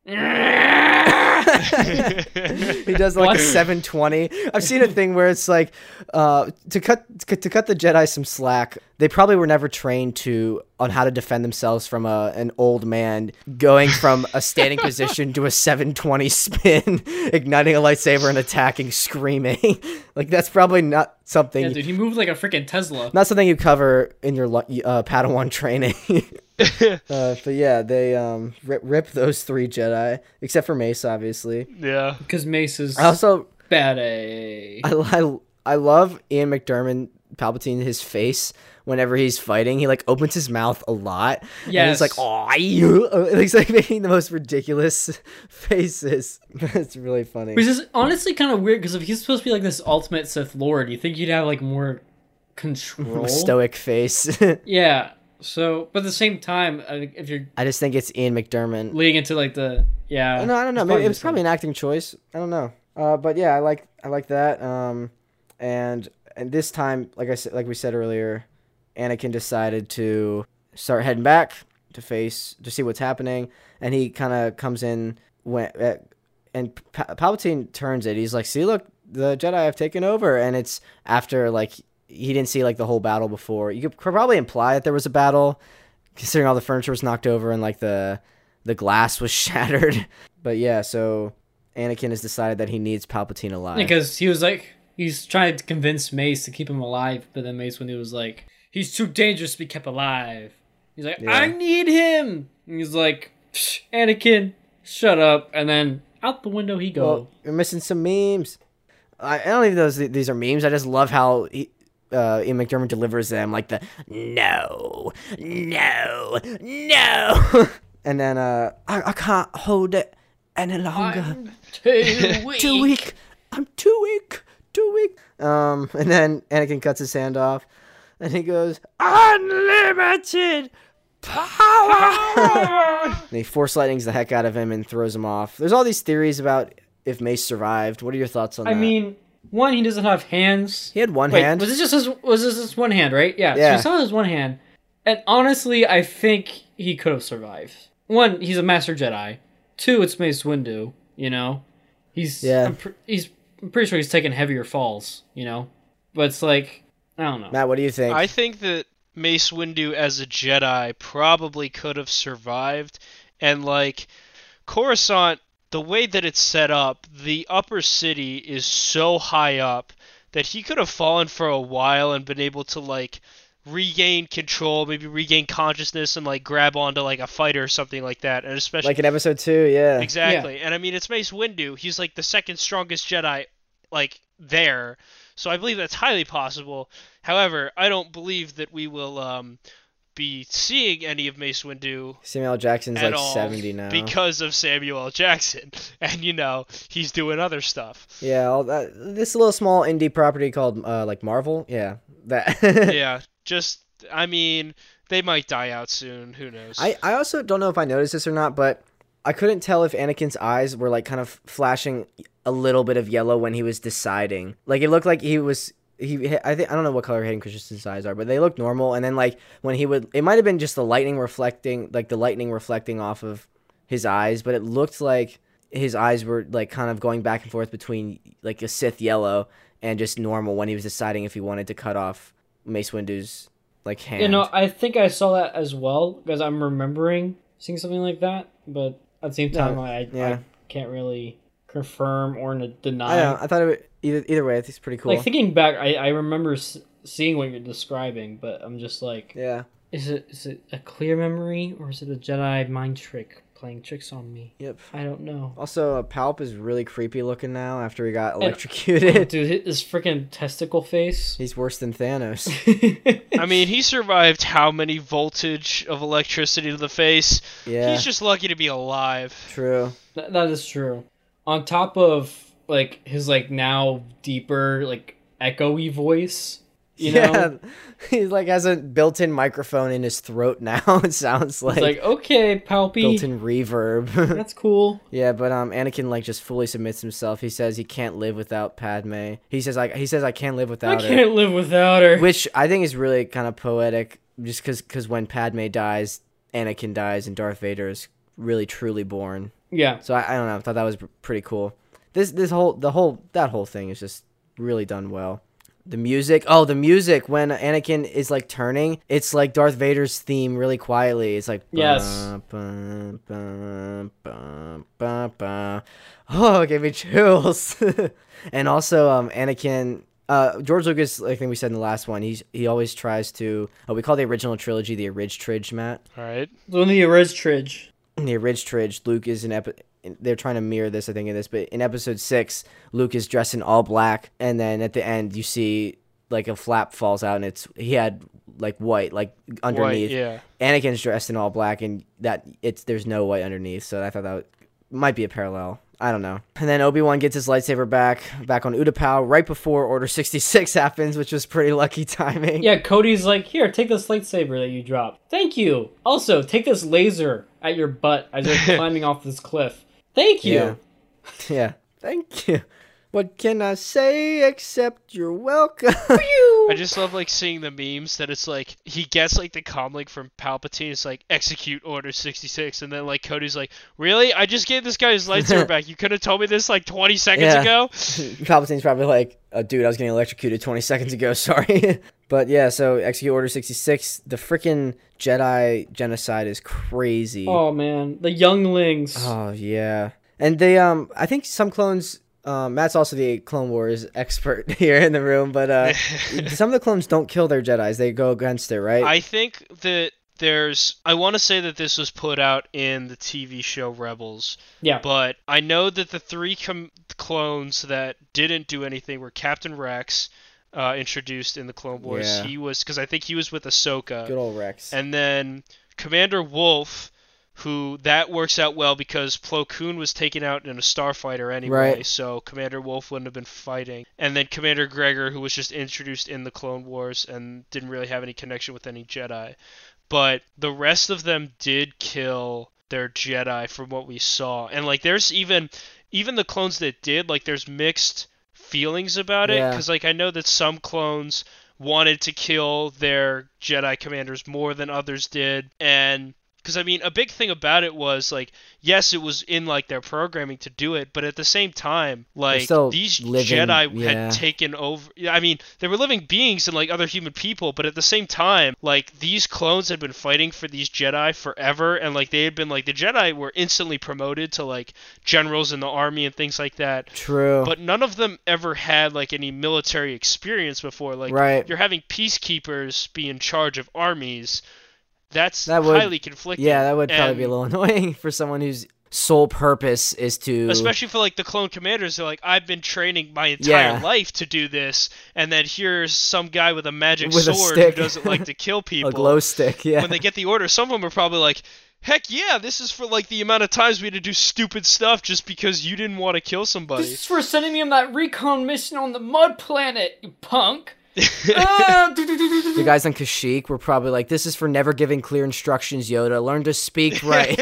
S1: he does like
S3: What?
S1: a 720. I've seen a thing where it's like uh, to cut to cut the Jedi some slack. They probably were never trained to on how to defend themselves from a, an old man going from a standing position to a 720 spin, igniting a lightsaber and attacking, screaming. like that's probably not
S3: Yeah,
S1: something
S3: dude, he moved like a freaking Tesla.
S1: not something you cover in your lu- uh, Padawan training. uh, but yeah, they um, rip, rip those three Jedi, except for Mace, obviously.
S2: yeah.
S3: Because Mace is
S1: I also
S3: bad eh? A.
S1: I, I, I love Ian McDermott Palpatine his face whenever he's fighting. He like opens his mouth a lot. And he's
S3: Yes.
S1: like, oh, he's like making the most ridiculous faces. it's really funny.
S3: Which is honestly kind of weird because if he's supposed to be like this ultimate Sith Lord, you think you'd have like more control.
S1: Stoic face.
S3: Yeah. So, but at the same time, I think if you're
S1: I just think it's Ian McDermott.
S3: leading into like the yeah,
S1: No, I don't know.
S3: it's
S1: Maybe it was
S3: just,
S1: probably
S3: like,
S1: an acting choice. I don't know. Uh, but yeah, I like I like that. Um, and and this time, like I said, like we said earlier, Anakin decided to start heading back to face to see what's happening, and he kind of comes in when uh, and pa- Palpatine turns it. He's like, "See, look, the Jedi have taken over," and it's after like he didn't see like the whole battle before. You could probably imply that there was a battle, considering all the furniture was knocked over and like the the glass was shattered. But yeah, so Anakin has decided that he needs Palpatine alive.
S3: because he was like he's trying to convince Mace to keep him alive, but then Mace when he was like he's too dangerous to be kept alive. He's like
S1: Yeah.
S3: I need him. And he's like "Psh, Anakin, shut up. And then out the window he goes.
S1: well, you're missing some memes. I, I don't even know if these are memes. I just love how he, uh, Ian McDermott delivers them, like the no, no, no, and then uh, I, I can't hold it any longer. too weak. I'm too weak. Too weak. Um, and then Anakin cuts his hand off, and he goes, "Unlimited power!" and he force lightnings the heck out of him and throws him off. There's all these theories about if Mace survived. What are your thoughts on
S3: I
S1: that?
S3: mean, one he doesn't have hands.
S1: he had one
S3: Wait,
S1: hand.
S3: was it just his? Was this his one hand? Right? Yeah.
S1: Yeah.
S3: So he saw his one hand, and honestly, I think he could have survived. One, he's a master Jedi. Two, it's Mace Windu. You know, he's
S1: Yeah.
S3: I'm pr- he's I'm pretty sure he's taken heavier falls. You know, but it's like I don't know.
S1: Matt, what do you think?
S2: I think that Mace Windu as a Jedi probably could have survived, and like Coruscant, the way that it's set up, the upper city is so high up that he could have fallen for a while and been able to like regain control, maybe regain consciousness, and like grab onto like a fighter or something like that. And especially
S1: like in episode two, yeah.
S2: Exactly. And I mean, it's Mace Windu. He's like the second strongest Jedi, like, there. So I believe that's highly possible. However, I don't believe that we will um, be seeing any of Mace Windu
S1: Samuel L. Jackson's
S2: at
S1: like
S2: all
S1: 70 now.
S2: because of Samuel L. Jackson. And, you know, he's doing other stuff.
S1: yeah, all that, this little small indie property called uh, like Marvel. Yeah, that.
S2: yeah. Just, I mean, they might die out soon. Who knows?
S1: I, I also don't know if I noticed this or not, but I couldn't tell if Anakin's eyes were like kind of flashing a little bit of yellow when he was deciding. Like it looked like he was he I think I don't know what color Hayden Christensen's eyes are, but they look normal. And then like when he would, it might have been just the lightning reflecting, like the lightning reflecting off of his eyes, but it looked like his eyes were like kind of going back and forth between like a Sith yellow and just normal when he was deciding if he wanted to cut off Mace Windu's like hand.
S3: You know, I think I saw that as well because I'm remembering seeing something like that, but at the same time,
S1: No,
S3: I, I,
S1: yeah.
S3: can't really confirm or n-
S1: I
S3: deny.
S1: don't know. I thought it would, either either way. I think it's pretty cool.
S3: Like thinking back, I, I remember s- seeing what you're describing, but I'm just like,
S1: yeah,
S3: is it is it a clear memory or is it a Jedi mind trick playing tricks on me?
S1: yep.
S3: I don't know.
S1: Also, uh, Palp is really creepy looking now after he got
S3: Dude,
S1: electrocuted.
S3: his freaking testicle face.
S1: He's worse than Thanos.
S2: I mean, he survived how many voltage of electricity to the face?
S1: Yeah,
S2: He's just lucky to be alive.
S1: true.
S3: That, that is true. On top of like his like now deeper like echoey voice, you know,
S1: yeah, he like has a built-in microphone in his throat now. it sounds like,
S3: it's like okay, Palpy,
S1: built-in reverb.
S3: that's cool.
S1: yeah, but um, Anakin like just fully submits himself. He says he can't live without Padme. He says like he says I can't live
S3: I
S1: without her.
S3: can't live without her.
S1: which I think is really kind of poetic, just because when Padme dies, Anakin dies, and Darth Vader is really truly born.
S3: yeah,
S1: So I, I don't know. I thought that was pr- pretty cool. This this whole the whole that whole thing is just really done well. The music, oh, the music when Anakin is like turning, it's like Darth Vader's theme really quietly. It's like
S3: Yes.
S1: "Bum, bum, bum, bum, bum." Oh, it gave me chills. and also, um, Anakin. Uh, George Lucas, I think we said in the last one, he's he always tries to. Oh, we call the original trilogy the Ridge Tridge, Matt
S2: All right.
S3: when the Riz Tridge.
S1: in the Ridge Tridge, Luke is in epi- they're trying to mirror this, I think, in this, but in episode six, Luke is dressed in all black, and then at the end you see like a flap falls out and it's he had like white, like underneath.
S2: White, yeah.
S1: Anakin's dressed in all black and that it's there's no white underneath, so I thought that would- might be a parallel. I don't know. And then Obi Wan gets his lightsaber back back on Utapau right before Order sixty six happens, which was pretty lucky timing.
S3: Yeah, Cody's like, here, take this lightsaber that you dropped. Thank you. Also, take this laser at your butt as you're climbing off this cliff. Thank you.
S1: Yeah. Yeah. Thank you. What can I say except you're welcome?
S2: I just love like seeing the memes that it's like he gets like the comm link from Palpatine. It's like execute order sixty six, and then like Cody's like, really? I just gave this guy his lightsaber back. You could have told me this like twenty seconds
S1: Yeah.
S2: ago.
S1: Palpatine's probably like, oh, dude, I was getting electrocuted 20 seconds ago, sorry. but yeah, so Execute Order 66, the freaking Jedi genocide is crazy.
S3: Oh man, the younglings.
S1: Oh, yeah. And they, um, I think some clones, um, Matt's also the Clone Wars expert here in the room, but uh, some of the clones don't kill their Jedi's. They go against it, right?
S2: I think that there's. I want to say that this was put out in the TV show Rebels,
S3: yeah.
S2: but I know that the three com- clones that didn't do anything were Captain Rex, uh, introduced in the Clone Wars.
S1: Yeah.
S2: He was because I think he was with Ahsoka.
S1: Good old Rex.
S2: uh, And then Commander Wolf, who that works out well because Plo Koon was taken out in a starfighter anyway,
S1: Right.
S2: so Commander Wolf wouldn't have been fighting. And then Commander Gregor, who was just introduced in the Clone Wars and didn't really have any connection with any Jedi. But the rest of them did kill their Jedi from what we saw. And like there's even even the clones that did, like there's mixed feelings about it
S1: Yeah.
S2: because like I know that some clones wanted to kill their Jedi commanders more than others did. And because I mean, a big thing about it was like, yes, it was in like their programming to do it, but at the same time, like
S1: still
S2: these
S1: living-
S2: Jedi
S1: yeah.
S2: had taken over. yeah, I mean, they were living beings and like other human people, but at the same time, like these clones had been fighting for these Jedi forever, and like they had been like the Jedi were instantly promoted to like generals in the army and things like that
S1: True.
S2: but none of them ever had like any military experience before. Like
S1: Right.
S2: you're having peacekeepers be in charge of armies. That's
S1: That would-
S2: highly conflicting.
S1: yeah, that would probably be a
S2: and
S1: little annoying for someone whose sole purpose is to.
S2: Especially for like the clone commanders, they're like, I've been training my entire
S1: Yeah.
S2: life to do this, and then here's some guy with a magic
S1: With a
S2: sword
S1: stick.
S2: who doesn't like to kill people.
S1: a glow stick, yeah.
S2: When they get the order, some of them are probably like, Heck yeah, this is for like the amount of times we had to do stupid stuff just because you didn't want to kill somebody.
S3: This is for sending me on that recon mission on the mud planet, you punk. Ah, do, do, do, do, do,
S1: the
S3: do.
S1: guys on Kashyyyk were probably like, "This is for never giving clear instructions, Yoda. Learn to speak right."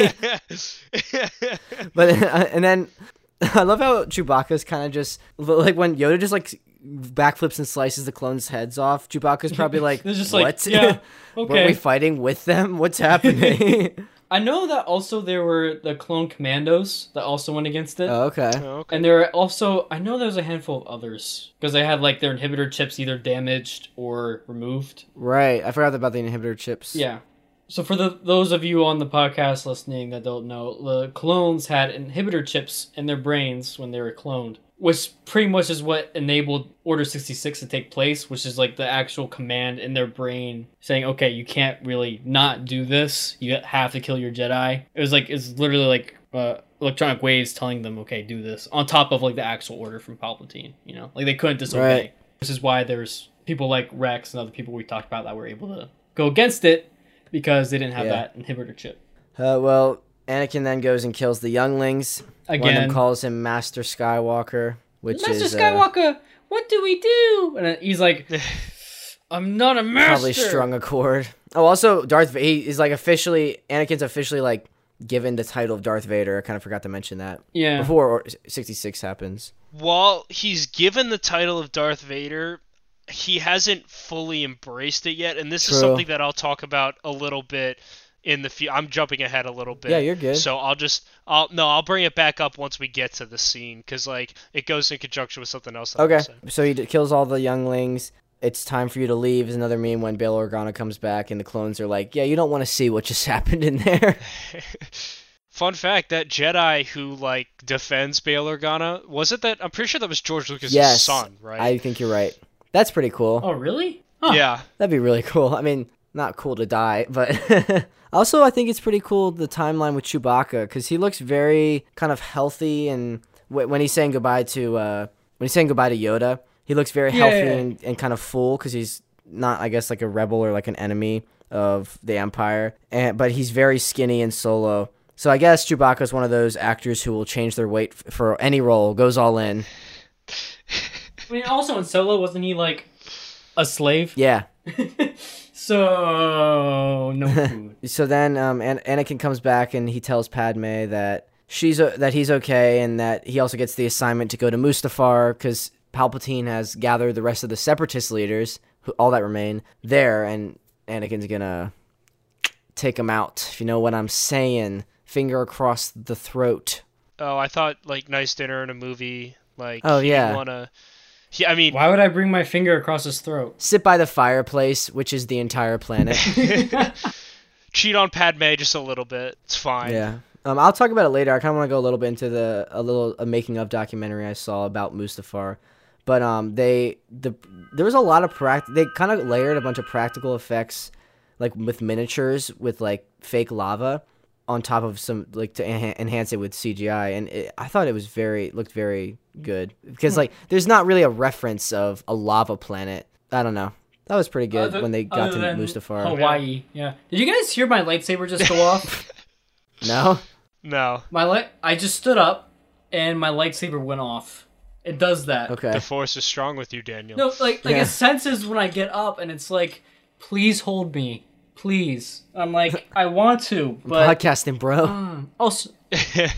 S1: but uh, and then I love how Chewbacca's kind of just like when Yoda just like backflips and slices the clones' heads off. Chewbacca's probably like,
S3: They're just
S1: "What?
S3: like, yeah,
S1: Were we
S3: okay.
S1: fighting with them? What's happening?"
S3: I know that also there were the Clone Commandos that also went against it.
S1: Oh, okay.
S2: Oh, okay.
S3: And there are also, I know there's a handful of others because they had like their inhibitor chips either damaged or removed.
S1: Right. I forgot about the inhibitor chips.
S3: Yeah. So for the those of you on the podcast listening that don't know, the clones had inhibitor chips in their brains when they were cloned, which pretty much is what enabled Order 66 to take place, which is like the actual command in their brain saying, "Okay, you can't really not do this. You have to kill your Jedi." It was like it's literally like uh, electronic waves telling them, "Okay, do this." On top of like the actual order from Palpatine, you know, like they couldn't disobey,
S1: Right.
S3: which is why there's people like Rex and other people we talked about that were able to go against it because they didn't have
S1: Yeah.
S3: that inhibitor chip.
S1: Uh, well, Anakin then goes and kills the younglings. One of
S3: Again.
S1: them calls him Master Skywalker, which
S3: Master
S1: is uh,
S3: Skywalker, what do we do? And he's like, I'm not a master.
S1: probably strung a chord. Oh, also Darth Va- he is like officially Anakin's officially like given the title of Darth Vader. I kind of forgot to mention that
S3: Yeah.
S1: before or- 66 happens.
S2: While he's given the title of Darth Vader, he hasn't fully embraced it yet, and this is
S1: True.
S2: something that I'll talk about a little bit in the few. I'm jumping ahead a little bit.
S1: Yeah, you're good.
S2: So I'll just, I'll no, I'll bring it back up once we get to the scene because like it goes in conjunction with something else. That I'm
S1: Okay.
S2: saying.
S1: So he d- kills all the younglings. It's time for you to leave is another meme when Bail Organa comes back and the clones are like, "Yeah, you don't want to see what just happened in there."
S2: Fun fact: that Jedi who like defends Bail Organa was it that I'm pretty sure that was George Lucas'
S1: yes.
S2: son, right?
S1: I think you're right. That's pretty cool.
S3: Oh, really? Huh.
S2: Yeah.
S1: That'd be really cool. I mean, not cool to die, but also I think it's pretty cool the timeline with Chewbacca because he looks very kind of healthy and w- when he's saying goodbye to uh, when he's saying goodbye to Yoda, he looks very healthy
S3: Yeah.
S1: and, and kind of full because he's not, I guess, like a rebel or like an enemy of the Empire, and but he's very skinny and solo. So I guess Chewbacca is one of those actors who will change their weight f- for any role, goes all in.
S3: I mean, also in Solo, wasn't he like a slave?
S1: Yeah,
S3: So, no food.
S1: so then um, An- Anakin comes back and he tells Padme that she's o that he's okay and that he also gets the assignment to go to Mustafar because Palpatine has gathered the rest of the Separatist leaders, who, all that remain there, and Anakin's gonna take him out. If you know what I'm saying, finger across the throat.
S2: Oh, I thought like nice dinner and a movie. Like
S1: Oh,
S2: he
S1: yeah.
S2: Wanna. He, I mean,
S3: Why would I bring my finger across his throat?
S1: Sit by the fireplace, which is the entire planet.
S2: cheat on Padme just a little bit. It's fine.
S1: Yeah. Um, I'll talk about it later. I kind of want to go a little bit into the a little a making of documentary I saw about Mustafar, but um, they the there was a lot of pract. They kind of layered a bunch of practical effects, like with miniatures with like fake lava, on top of some like to enha- enhance it with CGI, and it, I thought it was very looked very good because like there's not really a reference of a lava planet. I don't know. That was pretty good
S3: Other-
S1: when they got
S3: other
S1: to
S3: than
S1: Mustafar.
S3: Hawaii. Yeah. Did you guys hear my lightsaber just go off?
S1: No.
S2: No,
S3: My light. I just stood up, and my lightsaber went off. It does that.
S1: Okay.
S2: the Force is strong with you, Daniel.
S3: No, like like
S1: Yeah.
S3: it senses when I get up, and it's like, please hold me, please. I'm like, I want to, but
S1: Podcasting, bro.
S3: also,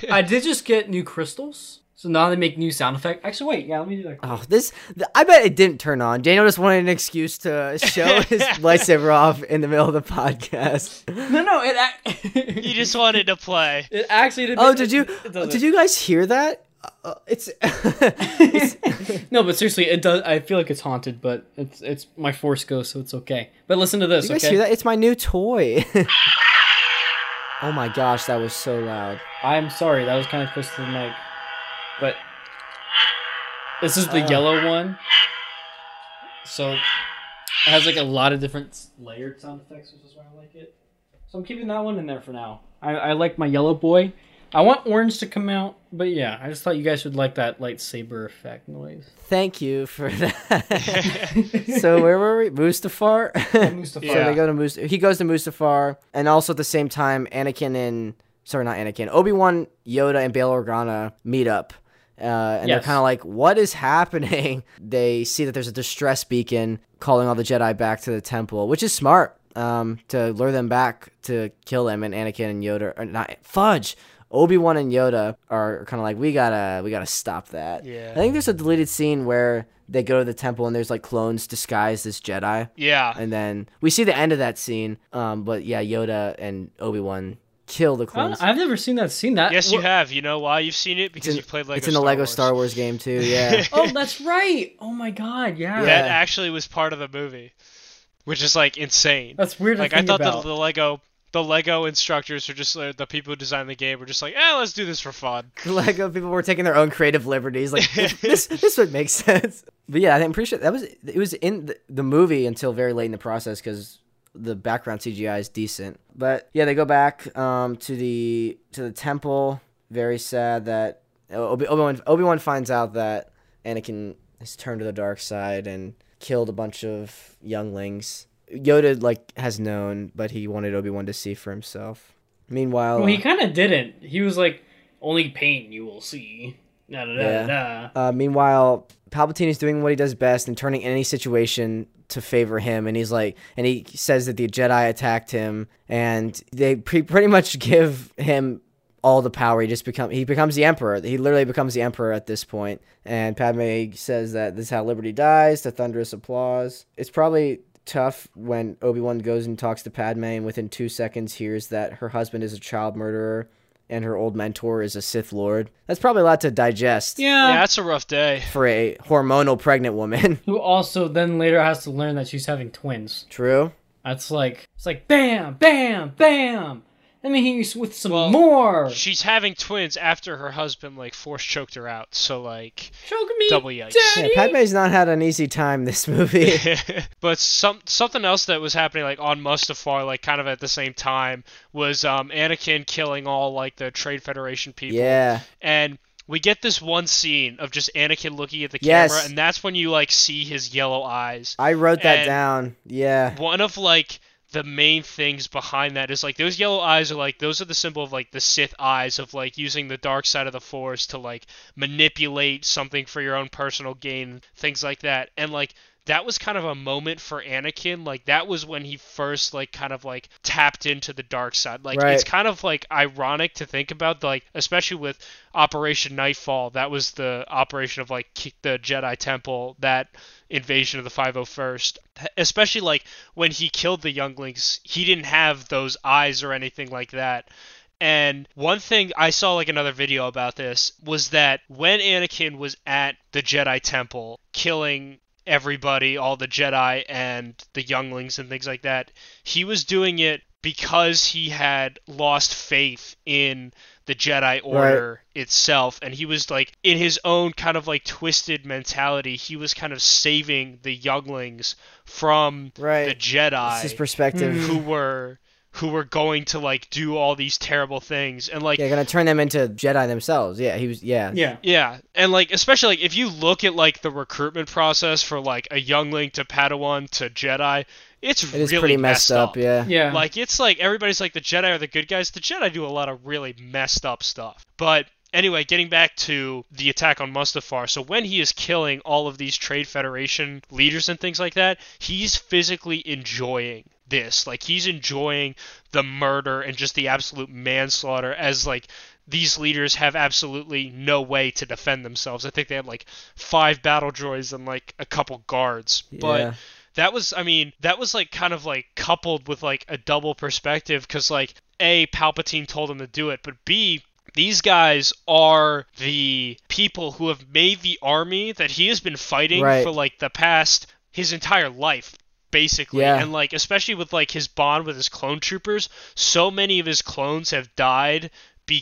S3: I did just get new crystals, so now they make new sound effect. Actually, wait, yeah, let me do that.
S1: Oh, this! th- I bet it didn't turn on. Daniel just wanted an excuse to show his lightsaber off in the middle of the podcast.
S3: No, no, it. ac-
S2: you just wanted to play.
S3: it actually did.
S1: Oh, did you?
S3: It does
S1: Did you guys hear that? Uh, it's.
S3: it. No, but seriously, it does. I feel like it's haunted, but it's it's my force ghost, so it's okay. But listen to this,
S1: you guys
S3: okay?
S1: hear that? It's my new toy. oh my gosh, that was so loud.
S3: I'm sorry, that was kind of close to the mic, but this is the
S2: Uh.
S3: yellow one. So it has like a lot of different s- layered sound effects, which is why I like it. So I'm keeping that one in there for now. I, I like my yellow boy. I want orange to come out, but yeah, I just thought you guys would like that lightsaber effect noise.
S1: Thank you for that. so where were we? Mustafar.
S3: Mustafa.
S1: So
S2: Yeah.
S1: they go to Must- he goes to Mustafar, and also at the same time, Anakin and sorry, not Anakin, Obi Wan, Yoda, and Bail Organa meet up, uh, and they're
S3: Yes.
S1: kind of like, "What is happening?" they see that there's a distress beacon calling all the Jedi back to the temple, which is smart um, to lure them back to kill them. And Anakin and Yoda, or not fudge. Obi Wan and Yoda are kind of like we gotta we gotta stop that.
S2: Yeah.
S1: I think there's a deleted scene where they go to the temple and there's like clones disguised as Jedi.
S2: Yeah.
S1: And then we see the end of that scene. Um, but yeah, Yoda and Obi Wan kill the
S3: I don't know,
S1: clones.
S3: I've never seen that. Seen that?
S2: Yes, you
S3: Wha-
S2: have. You know why you've seen it
S1: It's
S2: because
S1: in,
S2: you've played Lego.
S1: it's in the
S2: Star
S1: Lego
S2: Wars.
S1: Star Wars game too. Yeah.
S3: Oh, that's right. Oh my god, yeah.
S1: Yeah.
S2: That actually was part of the movie, which is like insane.
S3: That's weird.
S2: like
S3: to
S2: I
S3: think
S2: thought
S3: about.
S2: the, the Lego, the Lego instructors are just uh, the people who designed the game were just like, eh, let's do this for fun.
S1: Lego uh, people were taking their own creative liberties. Like this, this would make sense. But yeah, I'm pretty sure that was it was in the, the movie until very late in the process because the background CGI is decent. But yeah, they go back um, to the to the temple. Very sad that uh, Obi Wan Obi Wan finds out that Anakin has turned to the dark side and killed a bunch of younglings. Yoda like has known, but he wanted Obi Wan to see for himself. Meanwhile,
S3: Well, he kind of didn't. He was like, "Only pain you will see." Da, da, da,
S1: Yeah.
S3: da.
S1: Uh, meanwhile, Palpatine is doing what he does best and turning any situation to favor him. And he's like, and he says that the Jedi attacked him, and they pre- pretty much give him all the power. He just become he becomes the emperor. He literally becomes the emperor at this point. And Padme says that this is how liberty dies. The thunderous applause. It's probably tough when Obi Wan goes and talks to Padme, and within two seconds hears that her husband is a child murderer. And her old mentor is a Sith Lord. That's probably a lot to digest
S3: Yeah.
S2: Yeah, that's a rough day.
S1: for a hormonal pregnant woman.
S3: Who also then later has to learn that she's having twins.
S1: True.
S3: That's like it's like bam, bam, bam. Let me hear you s- with some
S2: Well,
S3: more.
S2: She's having twins after her husband like force choked her out. So like,
S3: Choke me,
S2: double yikes.
S1: Yeah,
S3: daddy.
S1: Padme's not had an easy time this movie.
S2: but some something else that was happening like on Mustafar, like kind of at the same time, was um, Anakin killing all like the Trade Federation people.
S1: yeah.
S2: and we get this one scene of just Anakin looking at the
S1: Yes.
S2: camera, and that's when you like see his yellow eyes.
S1: I wrote that
S2: And-
S1: down. Yeah.
S2: One of like the main things behind that is like those yellow eyes are like those are the symbol of like the Sith eyes of like using the dark side of the Force to like manipulate something for your own personal gain, things like that, and like. That was kind of a moment for Anakin. Like that was when he first like kind of like tapped into the dark side. Like
S1: Right.
S2: it's kind of like ironic to think about like especially with Operation Nightfall. That was the operation of like ki- the Jedi Temple, that invasion of the 501st. Especially like when he killed the younglings, he didn't have those eyes or anything like that. And one thing I saw like another video about this was that when Anakin was at the Jedi Temple killing everybody, all the Jedi and the younglings and things like that, he was doing it because he had lost faith in the Jedi Order itself and he was like in his own kind of like twisted mentality, he was kind of saving the younglings from
S1: Right.
S2: the Jedi
S1: It's his perspective.
S2: who were who were going to like do all these terrible things and like
S1: Yeah,
S2: yeah,
S1: gonna turn them into Jedi themselves. Yeah, he was. Yeah.
S3: Yeah.
S2: and like especially like if you look at like the recruitment process for like a youngling to padawan to jedi it's
S1: It is
S2: really
S1: pretty messed, up. Yeah.
S3: Yeah.
S2: like it's like everybody's like the Jedi are the good guys. The Jedi do a lot of really messed up stuff. But anyway, getting back to the attack on Mustafar. So when he is killing all of these Trade Federation leaders and things like that, he's physically enjoying this. Like he's enjoying the murder and just the absolute manslaughter as like these leaders have absolutely no way to defend themselves. I think they had like five battle droids and like a couple guards. But
S1: Yeah.
S2: that was i mean that was like kind of like coupled with like a double perspective because like a palpatine told him to do it but b these guys are the people who have made the army that he has been fighting
S1: Right.
S2: for like the past his entire life basically
S1: Yeah.
S2: and like especially with like his bond with his clone troopers so many of his clones have died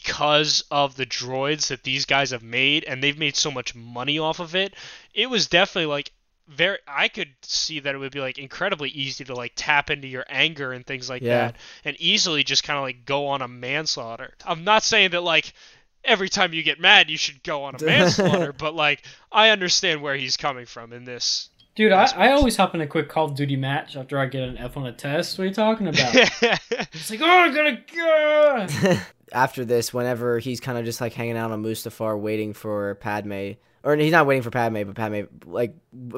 S2: because of the droids that these guys have made and they've made so much money off of it it was definitely like very i could see that it would be like incredibly easy to like tap into your anger and things like
S1: Yeah.
S2: that and easily just kind of like go on a manslaughter i'm not saying that like every time you get mad you should go on a manslaughter but like i understand where he's coming from in this
S3: Dude, I, I always hop in a quick Call of Duty match after I get an F on a test. What are you talking about? it's like, oh, I gotta go.
S1: After this, whenever he's kind of just like hanging out on Mustafar, waiting for Padme, or he's not waiting for Padme, but Padme like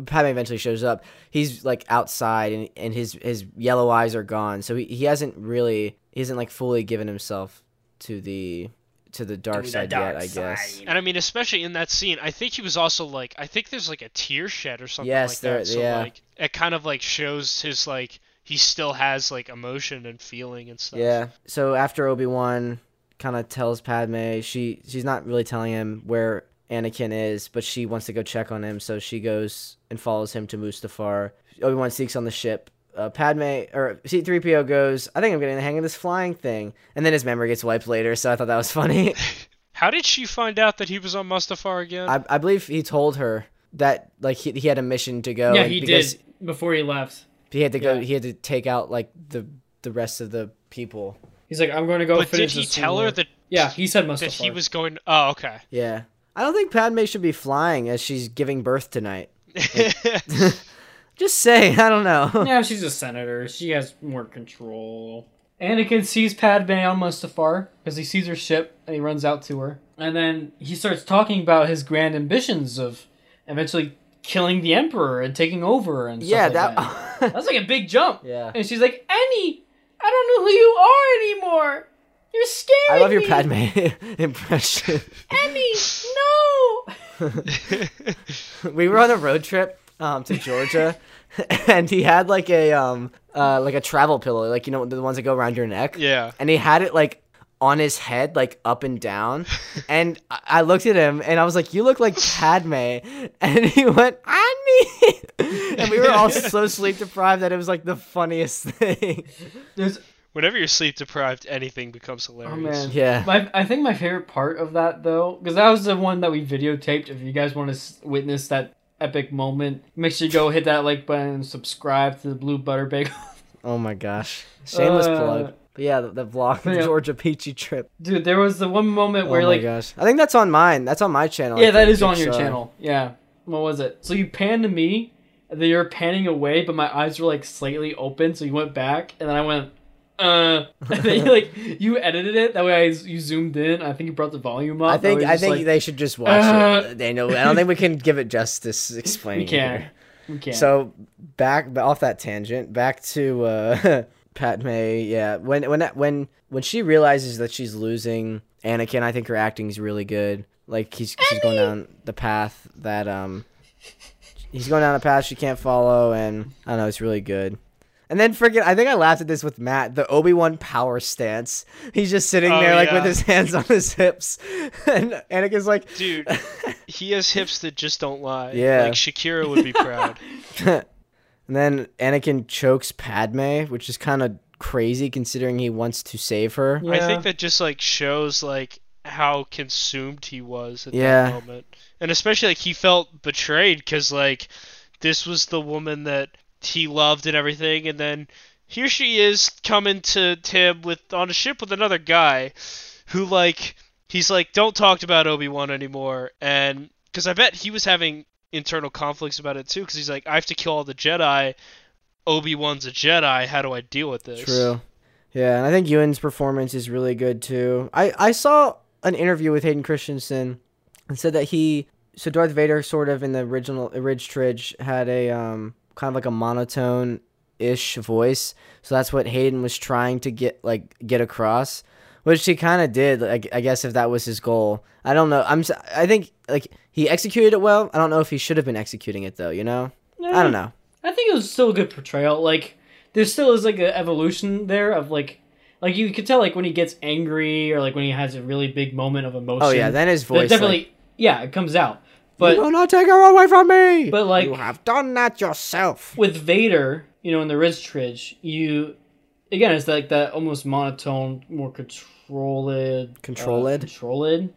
S1: Padme eventually shows up. He's like outside, and, and his his yellow eyes are gone, so he, he hasn't really he hasn't like fully given himself to the to the dark side yet. I guess.
S2: and i mean especially in that scene i think he was also like i think there's like a tear shed or something
S1: Yes,
S2: like
S1: there-
S2: that so
S1: yeah.
S2: like it kind of like shows his like he still has like emotion and feeling and stuff.
S1: Yeah. So after Obi Wan kind of tells Padme, she she's not really telling him where Anakin is, but she wants to go check on him. So she goes and follows him to Mustafar. Obi Wan sneaks on the ship. Uh, Padme or C-3PO goes, I think I'm getting the hang of this flying thing, and then his memory gets wiped later. So I thought that was funny.
S2: How did she find out that he was on Mustafar again?
S1: I, I believe he told her that like he, he had a mission to go.
S3: yeah,
S1: and
S3: he
S1: because
S3: did before he left.
S1: He had to go.
S3: Yeah.
S1: He had to take out like the the rest of the people.
S3: He's like, I'm going to go.
S2: but did
S3: finish
S2: he
S3: this
S2: tell her
S3: homework."
S2: that
S3: Yeah, he said Mustafar.
S2: that he was going? Oh, okay.
S1: Yeah. I don't think Padme should be flying as she's giving birth tonight. Just saying, I don't know.
S3: Yeah, she's a senator. She has more control. Anakin sees Padme on Mustafar because he sees her ship and he runs out to her. And then he starts talking about his grand ambitions of eventually killing the Emperor and taking over and stuff
S1: yeah,
S3: like
S1: that.
S3: that. That's like a big jump.
S1: Yeah.
S3: And she's like, Annie, I don't know who you are anymore. You're scary.
S1: I love your Padme impression.
S3: Annie, no.
S1: we were on a road trip um, to Georgia, and he had like a um uh, like a travel pillow, like you know the ones that go around your neck.
S2: yeah.
S1: and he had it like on his head, like up and down. And I- I looked at him and I was like, You look like Padme. And he went, I need. And we were all so sleep deprived that it was like the funniest thing.
S3: There's
S2: Whenever you're sleep deprived, anything becomes hilarious.
S3: Oh man,
S1: Yeah.
S3: My, I think my favorite part of that though, because that was the one that we videotaped. If you guys want to witness that epic moment, make sure you go hit that like button and subscribe to the Blue Butter Bagel.
S1: Oh my gosh. Shameless
S3: Uh,
S1: plug. But yeah, the, the vlog, the
S3: yeah.
S1: Georgia Peachy trip.
S3: Dude, there was the one moment where
S1: oh my
S3: like,
S1: gosh. I think that's on mine. That's on my channel. I
S3: yeah, that
S1: think.
S3: is on your
S1: It's, uh,
S3: channel. Yeah, what was it? So you panned to me, and then you're panning away, but my eyes were like slightly open, so you went back, and then I went. Uh, and then you, like you edited it that way. I you zoomed in. I think you brought the volume up.
S1: I think
S3: was
S1: I
S3: just
S1: think
S3: like,
S1: they should just watch
S3: Uh,
S1: it. Daniel, I don't think we can give it justice explaining.
S3: we
S1: it
S3: can,
S1: here.
S3: we can.
S1: So back but off that tangent, back to uh, Padme. Yeah, when when when when she realizes that she's losing Anakin, I think her acting's really good. Like he's she's going down the path that um he's going down a path she can't follow, and I don't know, it's really good. And then freaking, I think I laughed at this with Matt, the Obi Wan power stance. He's just sitting
S2: Oh,
S1: there, like with
S2: yeah.
S1: his hands on his hips, and Anakin's like,
S2: Dude, he has hips that just don't lie.
S1: Yeah.
S2: Like Shakira would be proud.
S1: And then Anakin chokes Padme, which is kind of crazy considering he wants to save her.
S2: I
S3: Yeah.
S2: think that just like shows like how consumed he was at
S1: Yeah.
S2: that moment, and especially like he felt betrayed because like this was the woman that he loved and everything, and then here she is coming to Tim with on a ship with another guy, who like he's like don't talk about Obi Wan anymore, and because I bet he was having internal conflicts about it too, because he's like I have to kill all the Jedi. Obi Wan's a Jedi. How do I deal with this?
S1: True. Yeah, and I think Ewan's performance is really good too. I, I saw an interview with Hayden Christensen and said that he so Darth Vader sort of in the original Ridge Tridge had a um kind of like a monotone ish voice. So that's what Hayden was trying to get like get across, which he kind of did. Like, I guess if that was his goal, I don't know. I'm s- I think like he executed it well. I don't know if he should have been executing it though. You know, I don't know.
S3: I think it was still a good portrayal. Like there still is like an evolution there of like like you could tell like when he gets angry or like when he has a really big moment of emotion.
S1: Oh yeah, then his
S3: that
S1: voice
S3: definitely
S1: like,
S3: yeah it comes out.
S1: you
S3: But
S1: will not take her away from me.
S3: But, like-
S1: you have done that yourself.
S3: with Vader, you know, in the Ridge Tridge, you again it's like that almost monotone, more controlled,
S1: Controlled?
S3: uh, controlled.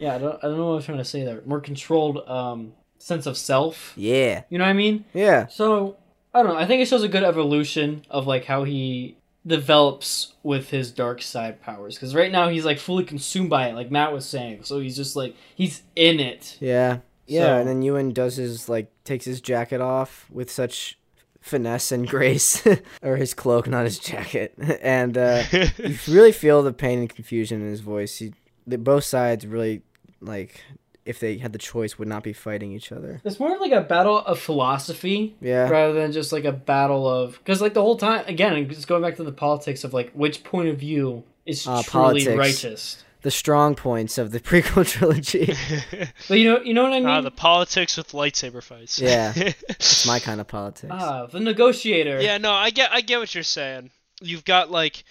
S3: yeah, I don't I don't know what I was trying to say there. More controlled um sense of self.
S1: yeah,
S3: You know what I mean?
S1: yeah,
S3: So I don't know. I think it shows a good evolution of like how he develops with his dark side powers. Because right now he's like fully consumed by it, like Matt was saying. So he's just like he's in it.
S1: yeah, yeah.
S3: So-
S1: and then Ewan does his like takes his jacket off with such finesse and grace, or his cloak, not his jacket. and uh, you really feel the pain and confusion in his voice. He, the, both sides really like if they had the choice would not be fighting each other.
S3: It's more of like a battle of philosophy
S1: Yeah,
S3: rather than just like a battle of because like the whole time again, it's going back to the politics of like which point of view is
S1: Uh,
S3: truly
S1: politics.
S3: righteous.
S1: the strong points of the prequel trilogy.
S3: But you know, you know what I mean.
S2: Ah, the politics with lightsaber fights.
S1: Yeah. It's my kind of politics.
S3: Ah, the negotiator.
S2: yeah, no, I get I get what you're saying. You've got like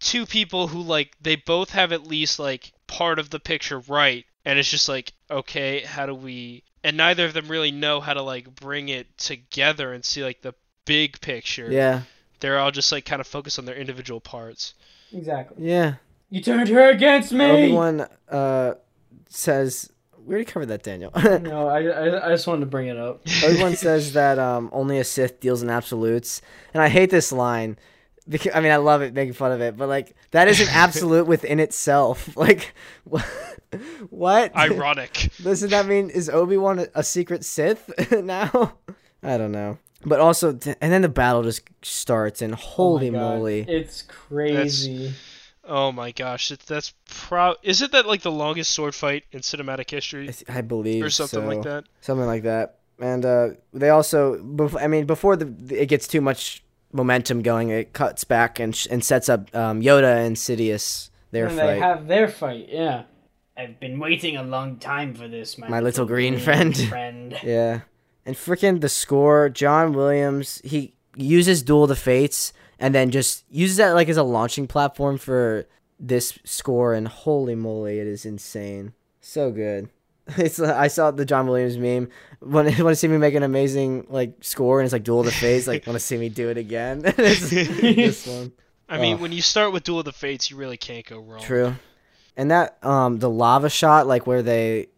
S2: two people who like they both have at least like part of the picture right and it's just like okay, how do we and neither of them really know how to like bring it together and see like the big picture.
S1: yeah,
S2: They're all just like kind of focused on their individual parts.
S3: exactly.
S1: yeah.
S3: You turned her against me.
S1: Obi Wan uh, says, "We already covered that, Daniel."
S3: No, I, I I just wanted to bring it up.
S1: Obi-Wan says that um, only a Sith deals in absolutes, and I hate this line. Because, I mean, I love it making fun of it, but like that is an absolute within itself. Like, wha- what?
S2: Ironic.
S1: Doesn't that mean is Obi Wan a, a secret Sith now? I don't know. But also, t- and then the battle just starts, and
S3: Oh my
S1: holy
S3: God,
S1: moly!
S3: It's crazy.
S2: Oh my gosh, it, that's pro. Is it that like the longest sword fight in cinematic history,
S1: It's- I believe
S2: or something
S1: so.
S2: like that?
S1: something like that. And uh, they also, bef- I mean, before the, the- it gets too much momentum going, it cuts back and sh- and sets up um, Yoda and Sidious their
S3: and
S1: fight.
S3: they have their fight. Yeah. I've been waiting a long time for this,
S1: My little green friend.
S3: friend.
S1: yeah, and freaking the score, John Williams, he uses Duel of the Fates and then just uses that like as a launching platform for this score. And holy moly, it is insane, so good. It's uh, I saw the John Williams meme. Want to see me make an amazing like score, and it's like Duel of the Fates. Like want to see me do it again. It's- this one.
S2: I mean,
S1: Ugh.
S2: when you start with Duel of the Fates, you really can't go wrong.
S1: Oh. True. And that um the lava shot, like where they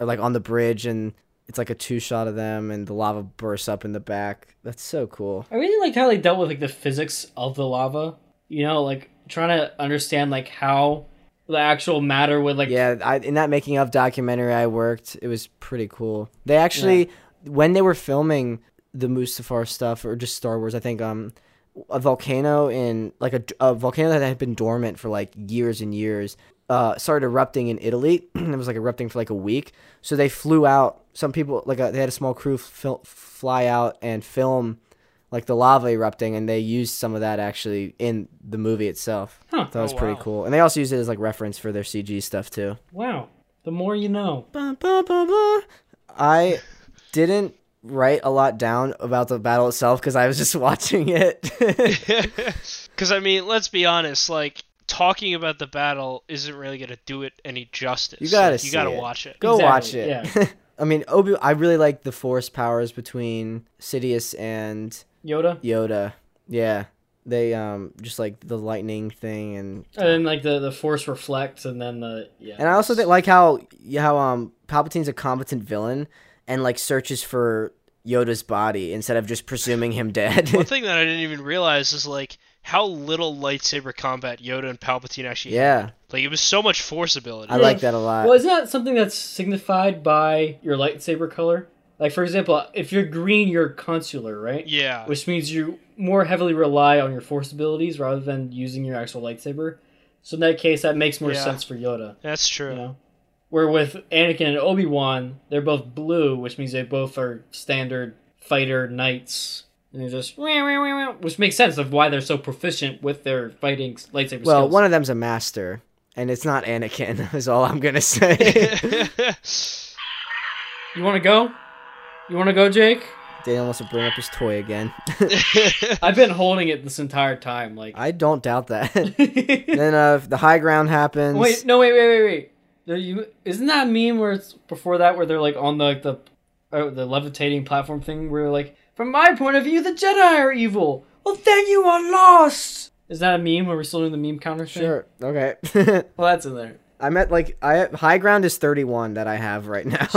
S1: are like on the bridge and it's like a two shot of them and the lava bursts up in the back. That's so cool.
S3: I really liked how they dealt with like the physics of the lava. You know, like trying to understand like how the actual matter would like
S1: Yeah, I, in that making of documentary I worked, it was pretty cool. They actually when they were filming the Mustafar stuff or just Star Wars, I think um a volcano in like a, a volcano that had been dormant for like years and years uh, started erupting in Italy. it was like erupting for like a week. So they flew out. Some people like a, they had a small crew fil- fly out and film like the lava erupting, and they used some of that actually in the movie itself.
S3: Huh.
S1: That was
S2: Oh,
S1: pretty
S2: wow.
S1: cool. And they also used it as like reference for their CG stuff too.
S3: wow. The more you know.
S1: Ba, ba, ba, ba. I didn't write a lot down about the battle itself because I was just watching it.
S2: Because I mean, let's be honest. Like talking about the battle isn't really gonna do it any justice.
S1: You gotta
S2: Like,
S1: see
S2: you gotta
S1: it.
S2: watch it.
S1: Go
S3: Exactly,
S1: watch it. I mean, Obi. I really like the force powers between Sidious and
S3: Yoda.
S1: Yoda. Yeah, they um just like the lightning thing, and
S3: And then like the, the force reflects and then the yeah.
S1: and I also think like how how um Palpatine's a competent villain and like searches for Yoda's body instead of just presuming him dead.
S2: One thing that I didn't even realize is like how little lightsaber combat Yoda and Palpatine actually. had.
S1: yeah,
S2: Like it was so much force ability.
S1: I like that a lot.
S3: Well, isn't that something that's signified by your lightsaber color? Like for example, if you're green, you're consular, right?
S2: yeah.
S3: which means you more heavily rely on your force abilities rather than using your actual lightsaber. So in that case, that makes more
S2: Yeah.
S3: sense for Yoda.
S2: That's true.
S3: You know, where with Anakin and Obi Wan, they're both blue, which means they both are standard fighter knights, and they're just "Wah, wah, wah, wah," which makes sense of why they're so proficient with their fighting s- lightsaber
S1: Well,
S3: skills.
S1: one of them's a master, and it's not Anakin. Is all I'm gonna say.
S3: you want to go? You want to go, Jake?
S1: Daniel wants to bring up his toy again.
S3: I've been holding it this entire time. Like,
S1: I don't doubt that. then uh, the high ground happens.
S3: Wait, no, wait, wait, wait, wait. There you isn't that meme where it's before that where they're like on the the uh, the levitating platform thing where they're like from my point of view the Jedi are evil. Well, then you are lost. Is that a meme? Are we still doing the meme counter? thing?
S1: Sure. Okay.
S3: Well, that's in there.
S1: I'm at like I high ground is 31 that I have right now.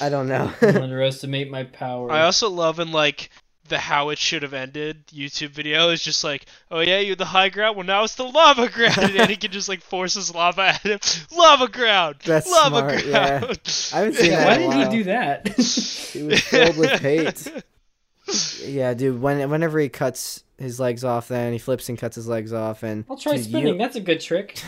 S1: I don't know.
S3: Underestimate my power.
S2: I also love in like the how it should have ended YouTube video is just like, oh yeah, you're the high ground. Well, now it's the lava ground, and Anakin just like forces lava at him. Lava ground.
S1: That's
S2: lava
S1: smart, yeah.
S2: ground.
S1: I haven't seen that.
S3: Why
S1: in a
S3: did
S1: while.
S3: he do that?
S1: He was filled with hate. Yeah, dude. When whenever he cuts his legs off, then he flips and cuts his legs off, and
S3: I'll try
S1: dude, you- Ah.
S3: spinning. That's a good trick.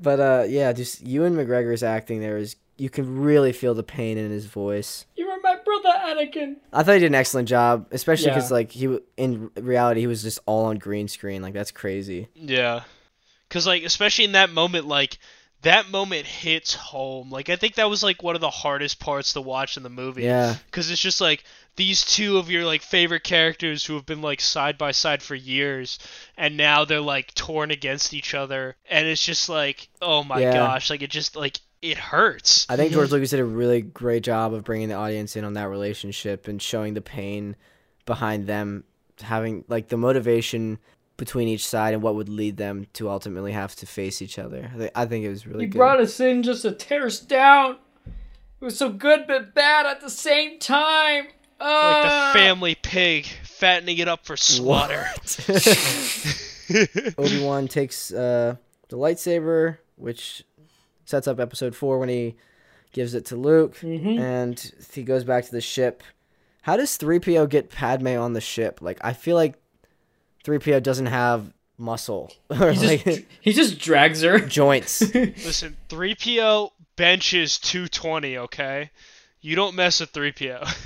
S1: but uh, yeah, just Ewan McGregor's acting there is you can really feel the pain in his voice.
S3: you were my brother Anakin.
S1: I thought he did an excellent job, especially
S3: Yeah.
S1: because like he w- in reality he was just all on green screen. Like that's crazy.
S2: Yeah. Cuz like especially in that moment like that moment hits home. Like I think that was like one of the hardest parts to watch in the movie.
S1: Yeah.
S2: Cuz it's just like these two of your like favorite characters who have been like side by side for years and now they're like torn against each other and it's just like oh my
S1: Yeah.
S2: gosh, like it just like it hurts.
S1: I think George Lucas did a really great job of bringing the audience in on that relationship and showing the pain behind them having like the motivation between each side and what would lead them to ultimately have to face each other. I, thi- I think it was really
S3: He
S1: good.
S3: brought us in just to tear us down. It was so good but bad at the same time.
S2: like
S3: Ah.
S2: the family pig fattening it up for slaughter.
S1: Obi Wan takes uh, the lightsaber, which sets up Episode Four when he gives it to Luke,
S3: Mm-hmm.
S1: and he goes back to the ship. How does three PO get Padme on the ship? Like, I feel like three PO doesn't have muscle or
S3: He
S1: like
S3: just, he just drags her.
S1: joints.
S2: Listen, 3PO benches 220, okay? You don't mess with 3PO.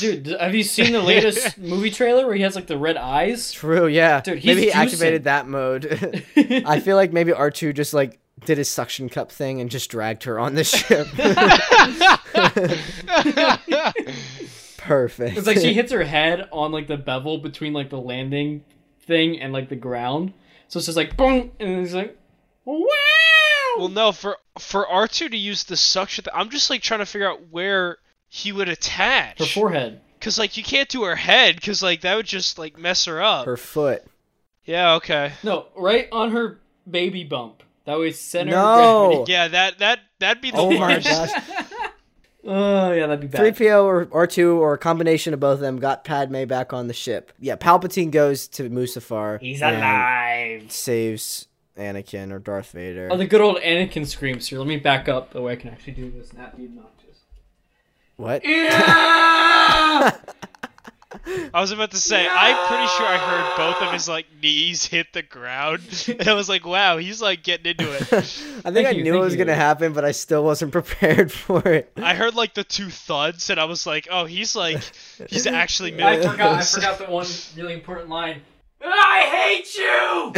S3: Dude, th- have you seen the latest movie trailer where he has like the red eyes?
S1: True, yeah.
S3: Dude, he's
S1: maybe he
S3: juicing.
S1: activated that mode. I feel like maybe R two just like did his suction cup thing and just dragged her on the ship. Perfect.
S3: It's like she hits her head on like the bevel between like the landing thing and like the ground. So it's just like boom, and it's like wow.
S2: well, no, for for R2 to use the suction, th- I'm just like trying to figure out where he would attach.
S3: her forehead.
S2: Cause like you can't do her head, cause like that would just like mess her up.
S1: her foot.
S2: Yeah, okay.
S3: No, right on her baby bump. That way, it's center.
S1: No.
S2: Yeah, that that that'd be the
S1: Oh my
S2: worst.
S1: gosh.
S3: Gravity. Oh yeah, that'd be bad.
S1: Three PO or R two or a combination of both of them got Padme back on the ship. Yeah, Palpatine goes to Mustafar.
S3: He's
S1: and
S3: alive.
S1: Saves Anakin or Darth Vader.
S3: Oh, the good old Anakin screams here. Let me back up the way I can actually do this and not be obnoxious.
S1: what?
S2: I was about to say, I'm pretty sure I heard both of his like knees hit the ground, and I was like, wow, he's like getting into it.
S1: I think I
S3: you,
S1: knew it
S3: thank
S1: was
S3: you.
S1: gonna happen, but I still wasn't prepared for it.
S2: I heard like the two thuds, and I was like, "Oh, he's like, he's actually
S3: I
S2: mimicking."
S3: forgot. I
S2: this.
S3: forgot the one really important line. I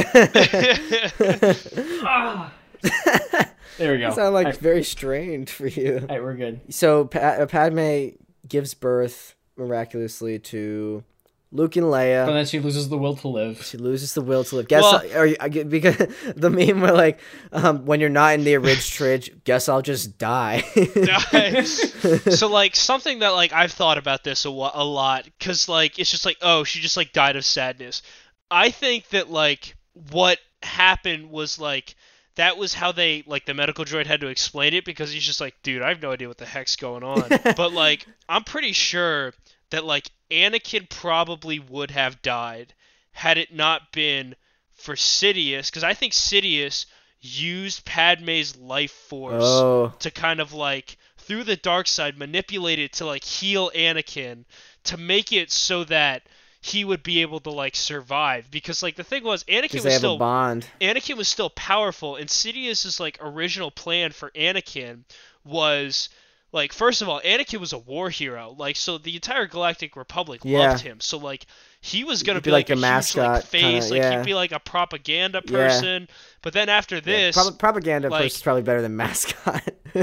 S3: hate you. Ah. there we go.
S1: Sound like
S3: All right,
S1: very strange for you.
S3: all right, we're good.
S1: so pa- uh, Padme gives birth miraculously to Luke and
S3: But
S1: Leia.
S3: then she loses the will to live.
S1: She loses the will to live. Guess
S2: Well-
S1: are you, I get, because the meme where like um, when you're not in the ridge tridge, guess I'll just die.
S2: so like something that like I've thought about this a, wa- a lot because like it's just like oh she just like died of sadness. I think that like what happened was like that was how they like the medical droid had to explain it because he's just like dude I have no idea what the heck's going on. but like I'm pretty sure that like Anakin probably would have died had it not been for Sidious because I think Sidious used Padme's life force
S1: oh,
S2: to kind of like through the dark side manipulate it to like heal Anakin to make it so that he would be able to like survive because like the thing was Anakin
S1: because they have
S2: was
S1: a
S2: still
S1: bond.
S2: Anakin was still powerful, and Sidious's like original plan for Anakin was like first of all, Anakin was a war hero, like so the entire Galactic Republic
S1: Yeah.
S2: loved him, so like he was gonna
S1: He'd
S2: be,
S1: be, like, the
S2: a huge, like,
S1: mascot,
S2: face,
S1: kinda,
S2: like
S1: yeah.
S2: he'd be like a propaganda
S1: Yeah.
S2: person. But then after this,
S1: Pro- propaganda
S2: like-
S1: like, is probably better than mascot.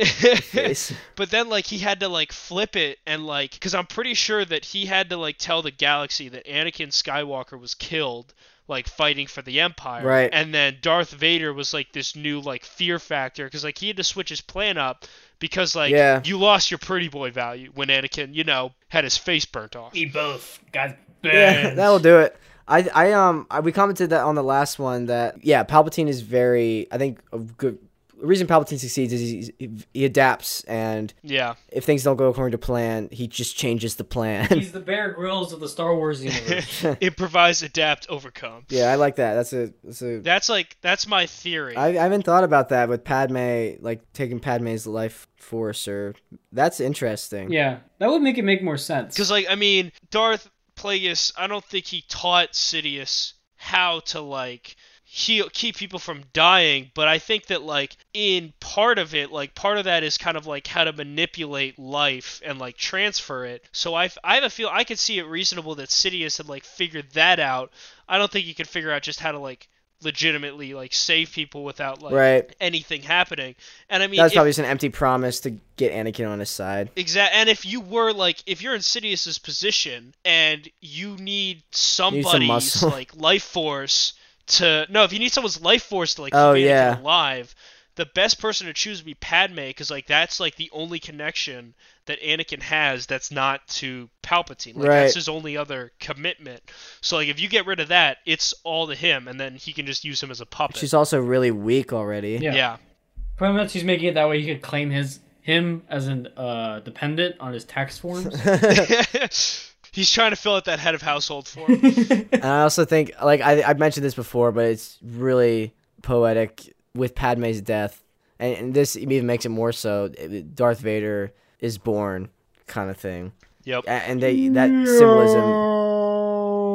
S1: Face.
S2: But then like he had to like flip it and like cuz I'm pretty sure that he had to like tell the galaxy that Anakin Skywalker was killed like fighting for the empire.
S1: Right.
S2: And then Darth Vader was like this new like fear factor cuz like he had to switch his plan up because like
S1: Yeah.
S2: you lost your pretty boy value when Anakin, you know, had his face burnt off.
S3: We both got
S1: yeah, that'll do it. I, I um I, we commented that on the last one that yeah Palpatine is very I think a good the reason Palpatine succeeds is he, he, he adapts and
S2: Yeah.
S1: if things don't go according to plan he just changes the plan.
S3: He's the Bear Grylls of the Star Wars universe.
S2: Improvise, adapt, overcome.
S1: yeah, I like that. That's a that's a
S2: That's like that's my theory.
S1: I, I haven't thought about that with Padme like taking Padme's life force or that's interesting.
S3: yeah, that would make it make more sense.
S2: Because, like, I mean, Darth Plagueis, I don't think he taught Sidious how to, like, heal keep people from dying but i think that like in part of it like part of that is kind of like how to manipulate life and like transfer it so i i have a feel i could see it reasonable that sidious had like figured that out i don't think you could figure out just how to like legitimately like save people without like
S1: Right.
S2: anything happening and i mean
S1: That's
S2: if-
S1: probably just an empty promise to get Anakin on his side.
S2: Exact, and if you were like, if you're in Sidious's position and you need
S1: some
S2: somebody's
S1: muscle.
S2: like life force to no, if you need someone's life force to like
S1: Oh,
S2: keep Anakin
S1: yeah.
S2: alive, the best person to choose would be Padme because like that's like the only connection that Anakin has that's not to Palpatine. Like
S1: Right.
S2: that's his only other commitment. So like if you get rid of that, it's all to him, and then he can just use him as a puppet.
S1: She's also really weak already.
S3: Yeah.
S2: yeah.
S3: Pretty much, he's making it that way he could claim his him as an uh, dependent on his tax forms.
S2: He's trying to fill out that head of household form.
S1: And I also think, like I, I mentioned this before, but it's really poetic with Padme's death, and, and this even makes it more so. It- Darth Vader is born, kind of thing,
S2: yep.
S1: A- and they that symbolism,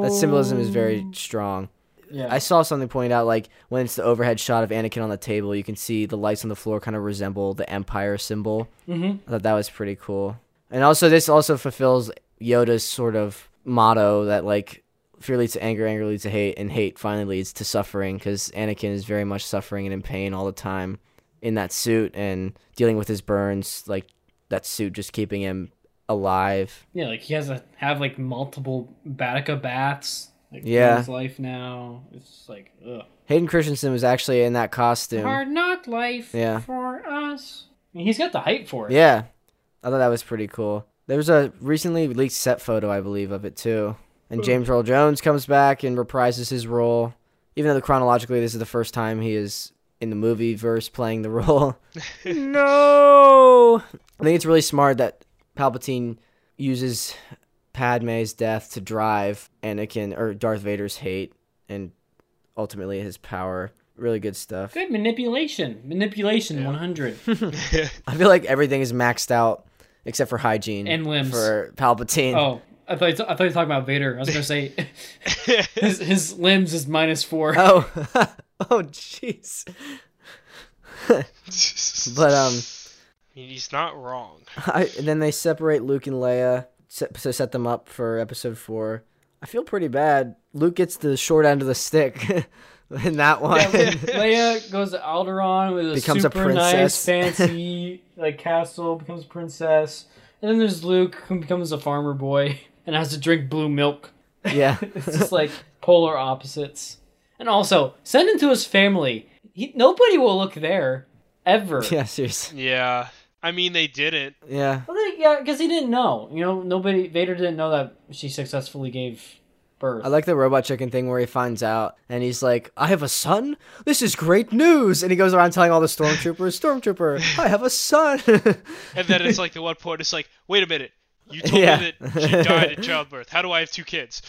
S1: that symbolism is very strong.
S3: yeah.
S1: I saw something pointed out, like when it's the overhead shot of Anakin on the table, you can see the lights on the floor kind of resemble the Empire symbol.
S3: Mhm.
S1: I thought that was pretty cool. And also, this also fulfills Yoda's sort of motto that like fear leads to anger, anger leads to hate, and hate finally leads to suffering. Because Anakin is very much suffering and in pain all the time in that suit and dealing with his burns, like that suit just keeping him alive.
S3: Yeah, like he has to have like multiple Batica baths. Like, in
S1: Yeah.
S3: his life now. It's just like ugh.
S1: Hayden Christensen was actually in that costume.
S3: Hard knock life.
S1: Yeah.
S3: For us. I mean, he's got the hype for it.
S1: Yeah, I thought that was pretty cool. There was a recently leaked set photo, I believe, of it too. And James Earl Jones comes back and reprises his role, even though chronologically this is the first time he is in the movie verse playing the role. no, I think it's really smart that Palpatine uses Padme's death to drive Anakin or Darth Vader's hate and ultimately his power. Really good stuff.
S3: Good manipulation. Manipulation 100.
S1: I feel like everything is maxed out except for hygiene
S3: And limbs.
S1: for Palpatine.
S3: oh, I thought, you- I thought you were talking about Vader. I was going to say his, his limbs is minus four.
S1: Oh, oh, jeez. But um,
S2: I mean, he's not wrong.
S1: I, and then they separate Luke and Leia, set, so set them up for Episode Four. I feel pretty bad. Luke gets the short end of the stick in that one.
S3: Leia goes to Alderaan with a
S1: Becomes a
S3: super nice,
S1: princess.
S3: fancy like castle, becomes a princess. And then there's Luke who becomes a farmer boy and has to drink blue milk.
S1: yeah,
S3: It's just like polar opposites. And also, send him to his family. He, nobody will look there ever.
S1: yeah, seriously.
S2: Yeah. I mean, they didn't.
S1: Yeah,
S3: Well, they- yeah, because he didn't know. You know, nobody. Vader didn't know that she successfully gave birth.
S1: I like the robot chicken thing where he finds out and he's like, "I have a son. This is great news!" And he goes around telling all the stormtroopers, "Stormtrooper, I have a son."
S2: And then it's like the one point, it's like, wait a minute. You told
S1: Yeah.
S2: me that she died in childbirth. How do I have two kids?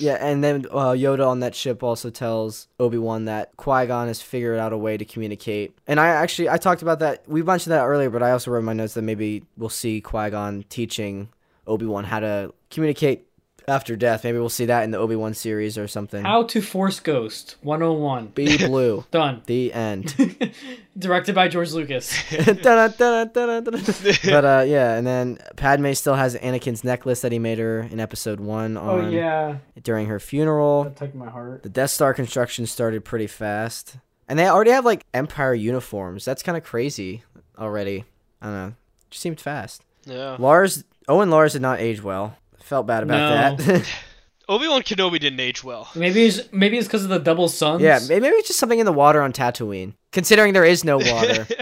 S1: Yeah, and then uh, Yoda on that ship also tells Obi Wan that Qui Gon has figured out a way to communicate. And I actually I talked about that. We mentioned that earlier, but I also wrote in my notes that maybe we'll see Qui Gon teaching Obi Wan how to communicate after death. Maybe we'll see that in the Obi Wan series or something.
S3: How to Force Ghost 101.
S1: Be blue.
S3: Done.
S1: the end.
S3: Directed by George Lucas.
S1: Da-da, da-da, da-da, da-da. but uh, yeah, and then Padme still has Anakin's necklace that he made her in Episode One
S3: oh
S1: on
S3: yeah,
S1: during her funeral.
S3: that took my heart.
S1: The Death Star construction started pretty fast. And they already have like Empire uniforms. That's kind of crazy already. I don't know. Just seemed fast.
S2: yeah.
S1: Lars, Owen Lars did not age well. Felt bad about
S3: No.
S1: that.
S2: Obi Wan Kenobi didn't age well.
S3: Maybe it's maybe it's because of the double suns.
S1: yeah, may- maybe it's just something in the water on Tatooine. Considering there is no water.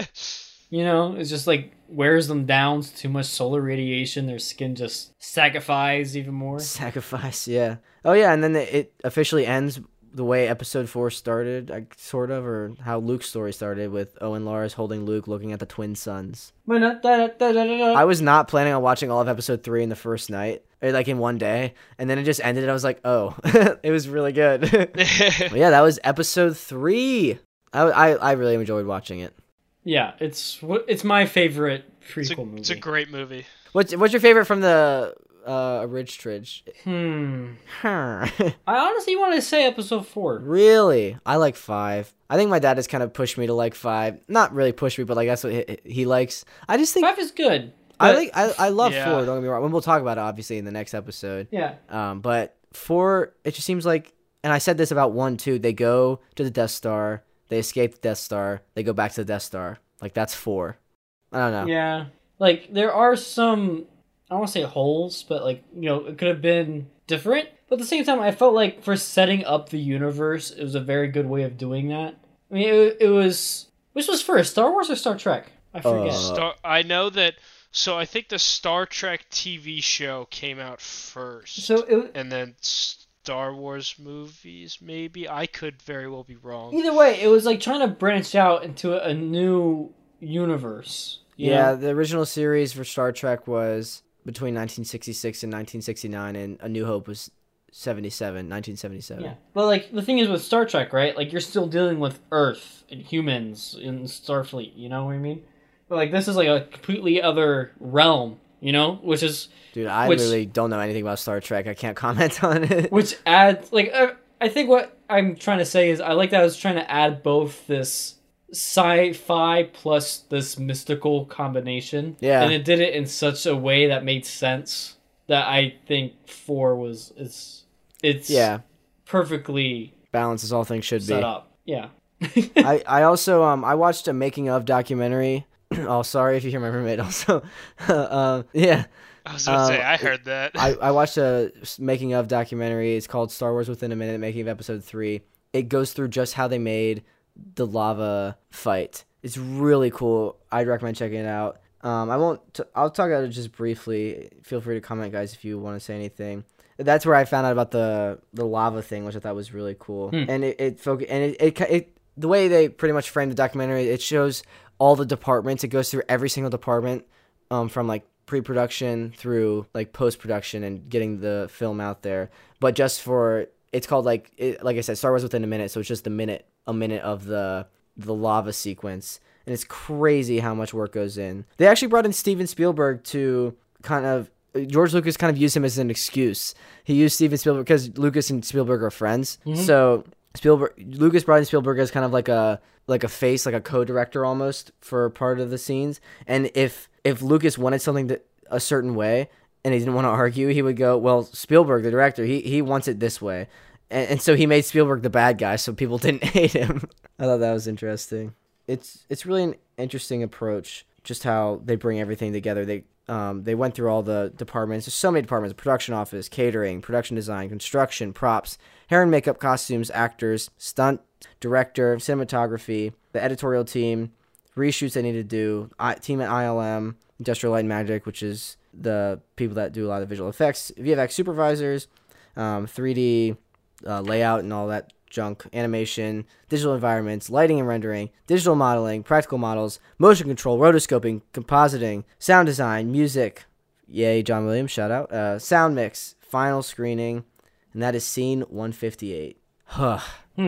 S3: You know, it's just like wears them down. Too much solar radiation. Their skin just sacrifices even more.
S1: Sacrifice, yeah. Oh yeah, and then it- it officially ends the way Episode Four started, like, sort of, or how Luke's story started with Owen Lars holding Luke, looking at the twin sons. I was not planning on watching all of episode three in the first night, or like in one day, and then it just ended. I was like, oh, it was really good. but yeah, that was episode three. I, I, I really enjoyed watching it.
S3: Yeah, it's wh- it's my favorite prequel
S2: It's a,
S3: movie.
S2: it's a great movie.
S1: What's what's your favorite from the uh, a ridge tridge.
S3: Hmm.
S1: Huh.
S3: I honestly want to say episode four.
S1: really? I like five. I think my dad has kind of pushed me to like five. Not really pushed me, but like that's what he, he likes. I just think
S3: Five is good.
S1: I
S3: but-
S1: like I, I love
S2: Yeah.
S1: four. Don't get me wrong. We'll talk about it obviously in the next episode.
S3: Yeah.
S1: Um, but four, it just seems like, and I said this about one too. They go to the Death Star, they escape the Death Star, they go back to the Death Star. Like that's four. I don't know.
S3: Yeah. Like there are some I don't want to say holes, but like, you know, it could have been different. But at the same time, I felt like for setting up the universe, it was a very good way of doing that. I mean, it, it was which was first, Star Wars or Star Trek? I forget.
S1: Uh,
S2: Star- I know that. So I think the Star Trek TV show came out first,
S3: so it,
S2: and then Star Wars movies. Maybe I could very well be wrong.
S3: either way, it was like trying to branch out into a, new universe. you
S1: Yeah,
S3: know?
S1: the original series for Star Trek was between 1966 and 1969, and A New Hope was 77, 1977.
S3: Yeah. But like the thing is with Star Trek, right? Like you're still dealing with Earth and humans in Starfleet, you know what I mean? But like this is like a completely other realm, you know? Which is
S1: Dude, I
S3: Which-
S1: literally don't know anything about Star Trek. I can't comment on it.
S3: which adds like I, I think what I'm trying to say is I like that I was trying to add both this sci-fi plus this mystical combination.
S1: Yeah.
S3: And it did it in such a way that made sense that I think 4 was it's it's
S1: yeah,
S3: perfectly
S1: balance is all things should
S3: set
S1: be.
S3: up. Yeah.
S1: I, I also um I watched a making of documentary. oh, sorry if you hear my roommate. Also, um yeah,
S2: I was gonna
S1: Uh,
S2: say I heard that.
S1: I, I watched a s- making of documentary. It's called Star Wars Within a Minute, making of episode three. It goes through just how they made the lava fight. It's really cool. I'd recommend checking it out. Um, I won't. T- I'll talk about it just briefly. Feel free to comment, guys, if you want to say anything. That's where I found out about the the lava thing, which I thought was really cool. And it it foc- and it, it ki- it the way they pretty much framed the documentary, it shows all the departments. It goes through every single department um, from like pre-production through like post-production and getting the film out there but just for it's called like it, like i said star wars within a minute so it's just the minute a minute of the the lava sequence and it's crazy how much work goes in they actually brought in steven spielberg to kind of george lucas kind of used him as an excuse he used steven spielberg because lucas and spielberg are friends so Spielberg Lucas brought in Spielberg as kind of like a like a face, like a co-director almost for part of the scenes. And if if Lucas wanted something that a certain way and he didn't want to argue, he would go, "Well, Spielberg, the director, he he wants it this way." And, and so he made Spielberg the bad guy, so people didn't hate him. I thought that was interesting. It's it's really an interesting approach, just how they bring everything together. They um, they went through all the departments. There's so many departments: production office, catering, production design, construction, props, hair and makeup, costumes, actors, stunt director, cinematography, the editorial team, reshoots they need to do, I, team at ILM, Industrial Light and Magic, which is the people that do a lot of visual effects, VFX supervisors, um, 3D uh, layout and all that junk, animation, digital environments, lighting and rendering, digital modeling, practical models, motion control, rotoscoping, compositing, sound design, music. Yay, John Williams, shout out. Uh, sound mix, final screening, and that is scene 158. Huh.
S2: Hmm.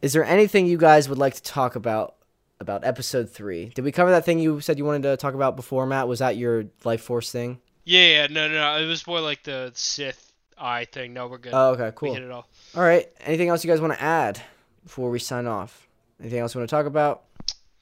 S1: Is there anything you guys would like to talk about about episode three? Did we cover that thing you said you wanted to talk about before, Matt? Was that your life force thing?
S2: yeah, yeah, no, no, no, it was more like the Sith eye thing. No, we're good.
S1: Oh, okay,
S2: We
S1: cool.
S2: hit it all.
S1: All right. Anything else you guys want to add before we sign off? Anything else you want to talk about?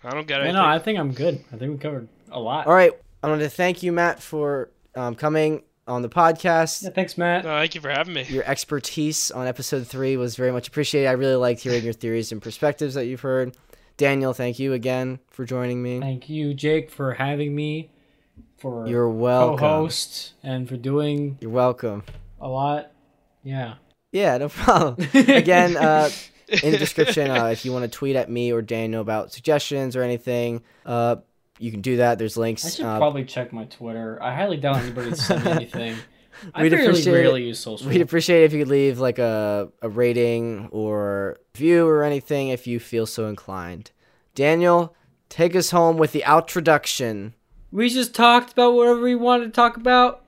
S2: I don't got
S3: No,
S2: anything.
S3: no, I think I'm good. I think we covered a lot.
S1: All right. I wanted to thank you, Matt, for um, coming on the podcast.
S3: Yeah, thanks, Matt.
S2: No, thank you for having me.
S1: Your expertise on episode three was very much appreciated. I really liked hearing your theories and perspectives that you've heard. Daniel, thank you again for joining me.
S3: Thank you, Jake, for having me, for
S1: You're welcome.
S3: co-host, and for doing
S1: You're welcome.
S3: a lot. Yeah.
S1: Yeah, no problem. Again, uh, in the description, uh, if you want to tweet at me or Daniel about suggestions or anything, uh, you can do that. There's
S3: I
S1: links.
S3: should
S1: Uh,
S3: probably check my Twitter. I highly doubt anybody sent me anything. I
S1: We'd
S3: barely,
S1: appreciate it.
S3: rarely use social.
S1: we'd appreciate it if you could leave like a, a rating or view or anything if you feel so inclined. Daniel, take us home with the outroduction.
S3: We just talked about whatever we wanted to talk about,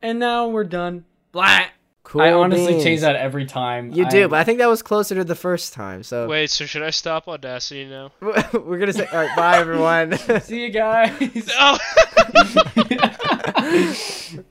S3: and now we're done. Blah.
S1: Cool.
S3: I honestly
S1: beans.
S3: change that every time.
S1: You
S3: I-
S1: do, but I think that was closer to the first time. So
S2: Wait, so should I stop Audacity now?
S1: we're gonna say, all right, bye everyone.
S3: see you guys.
S2: Oh.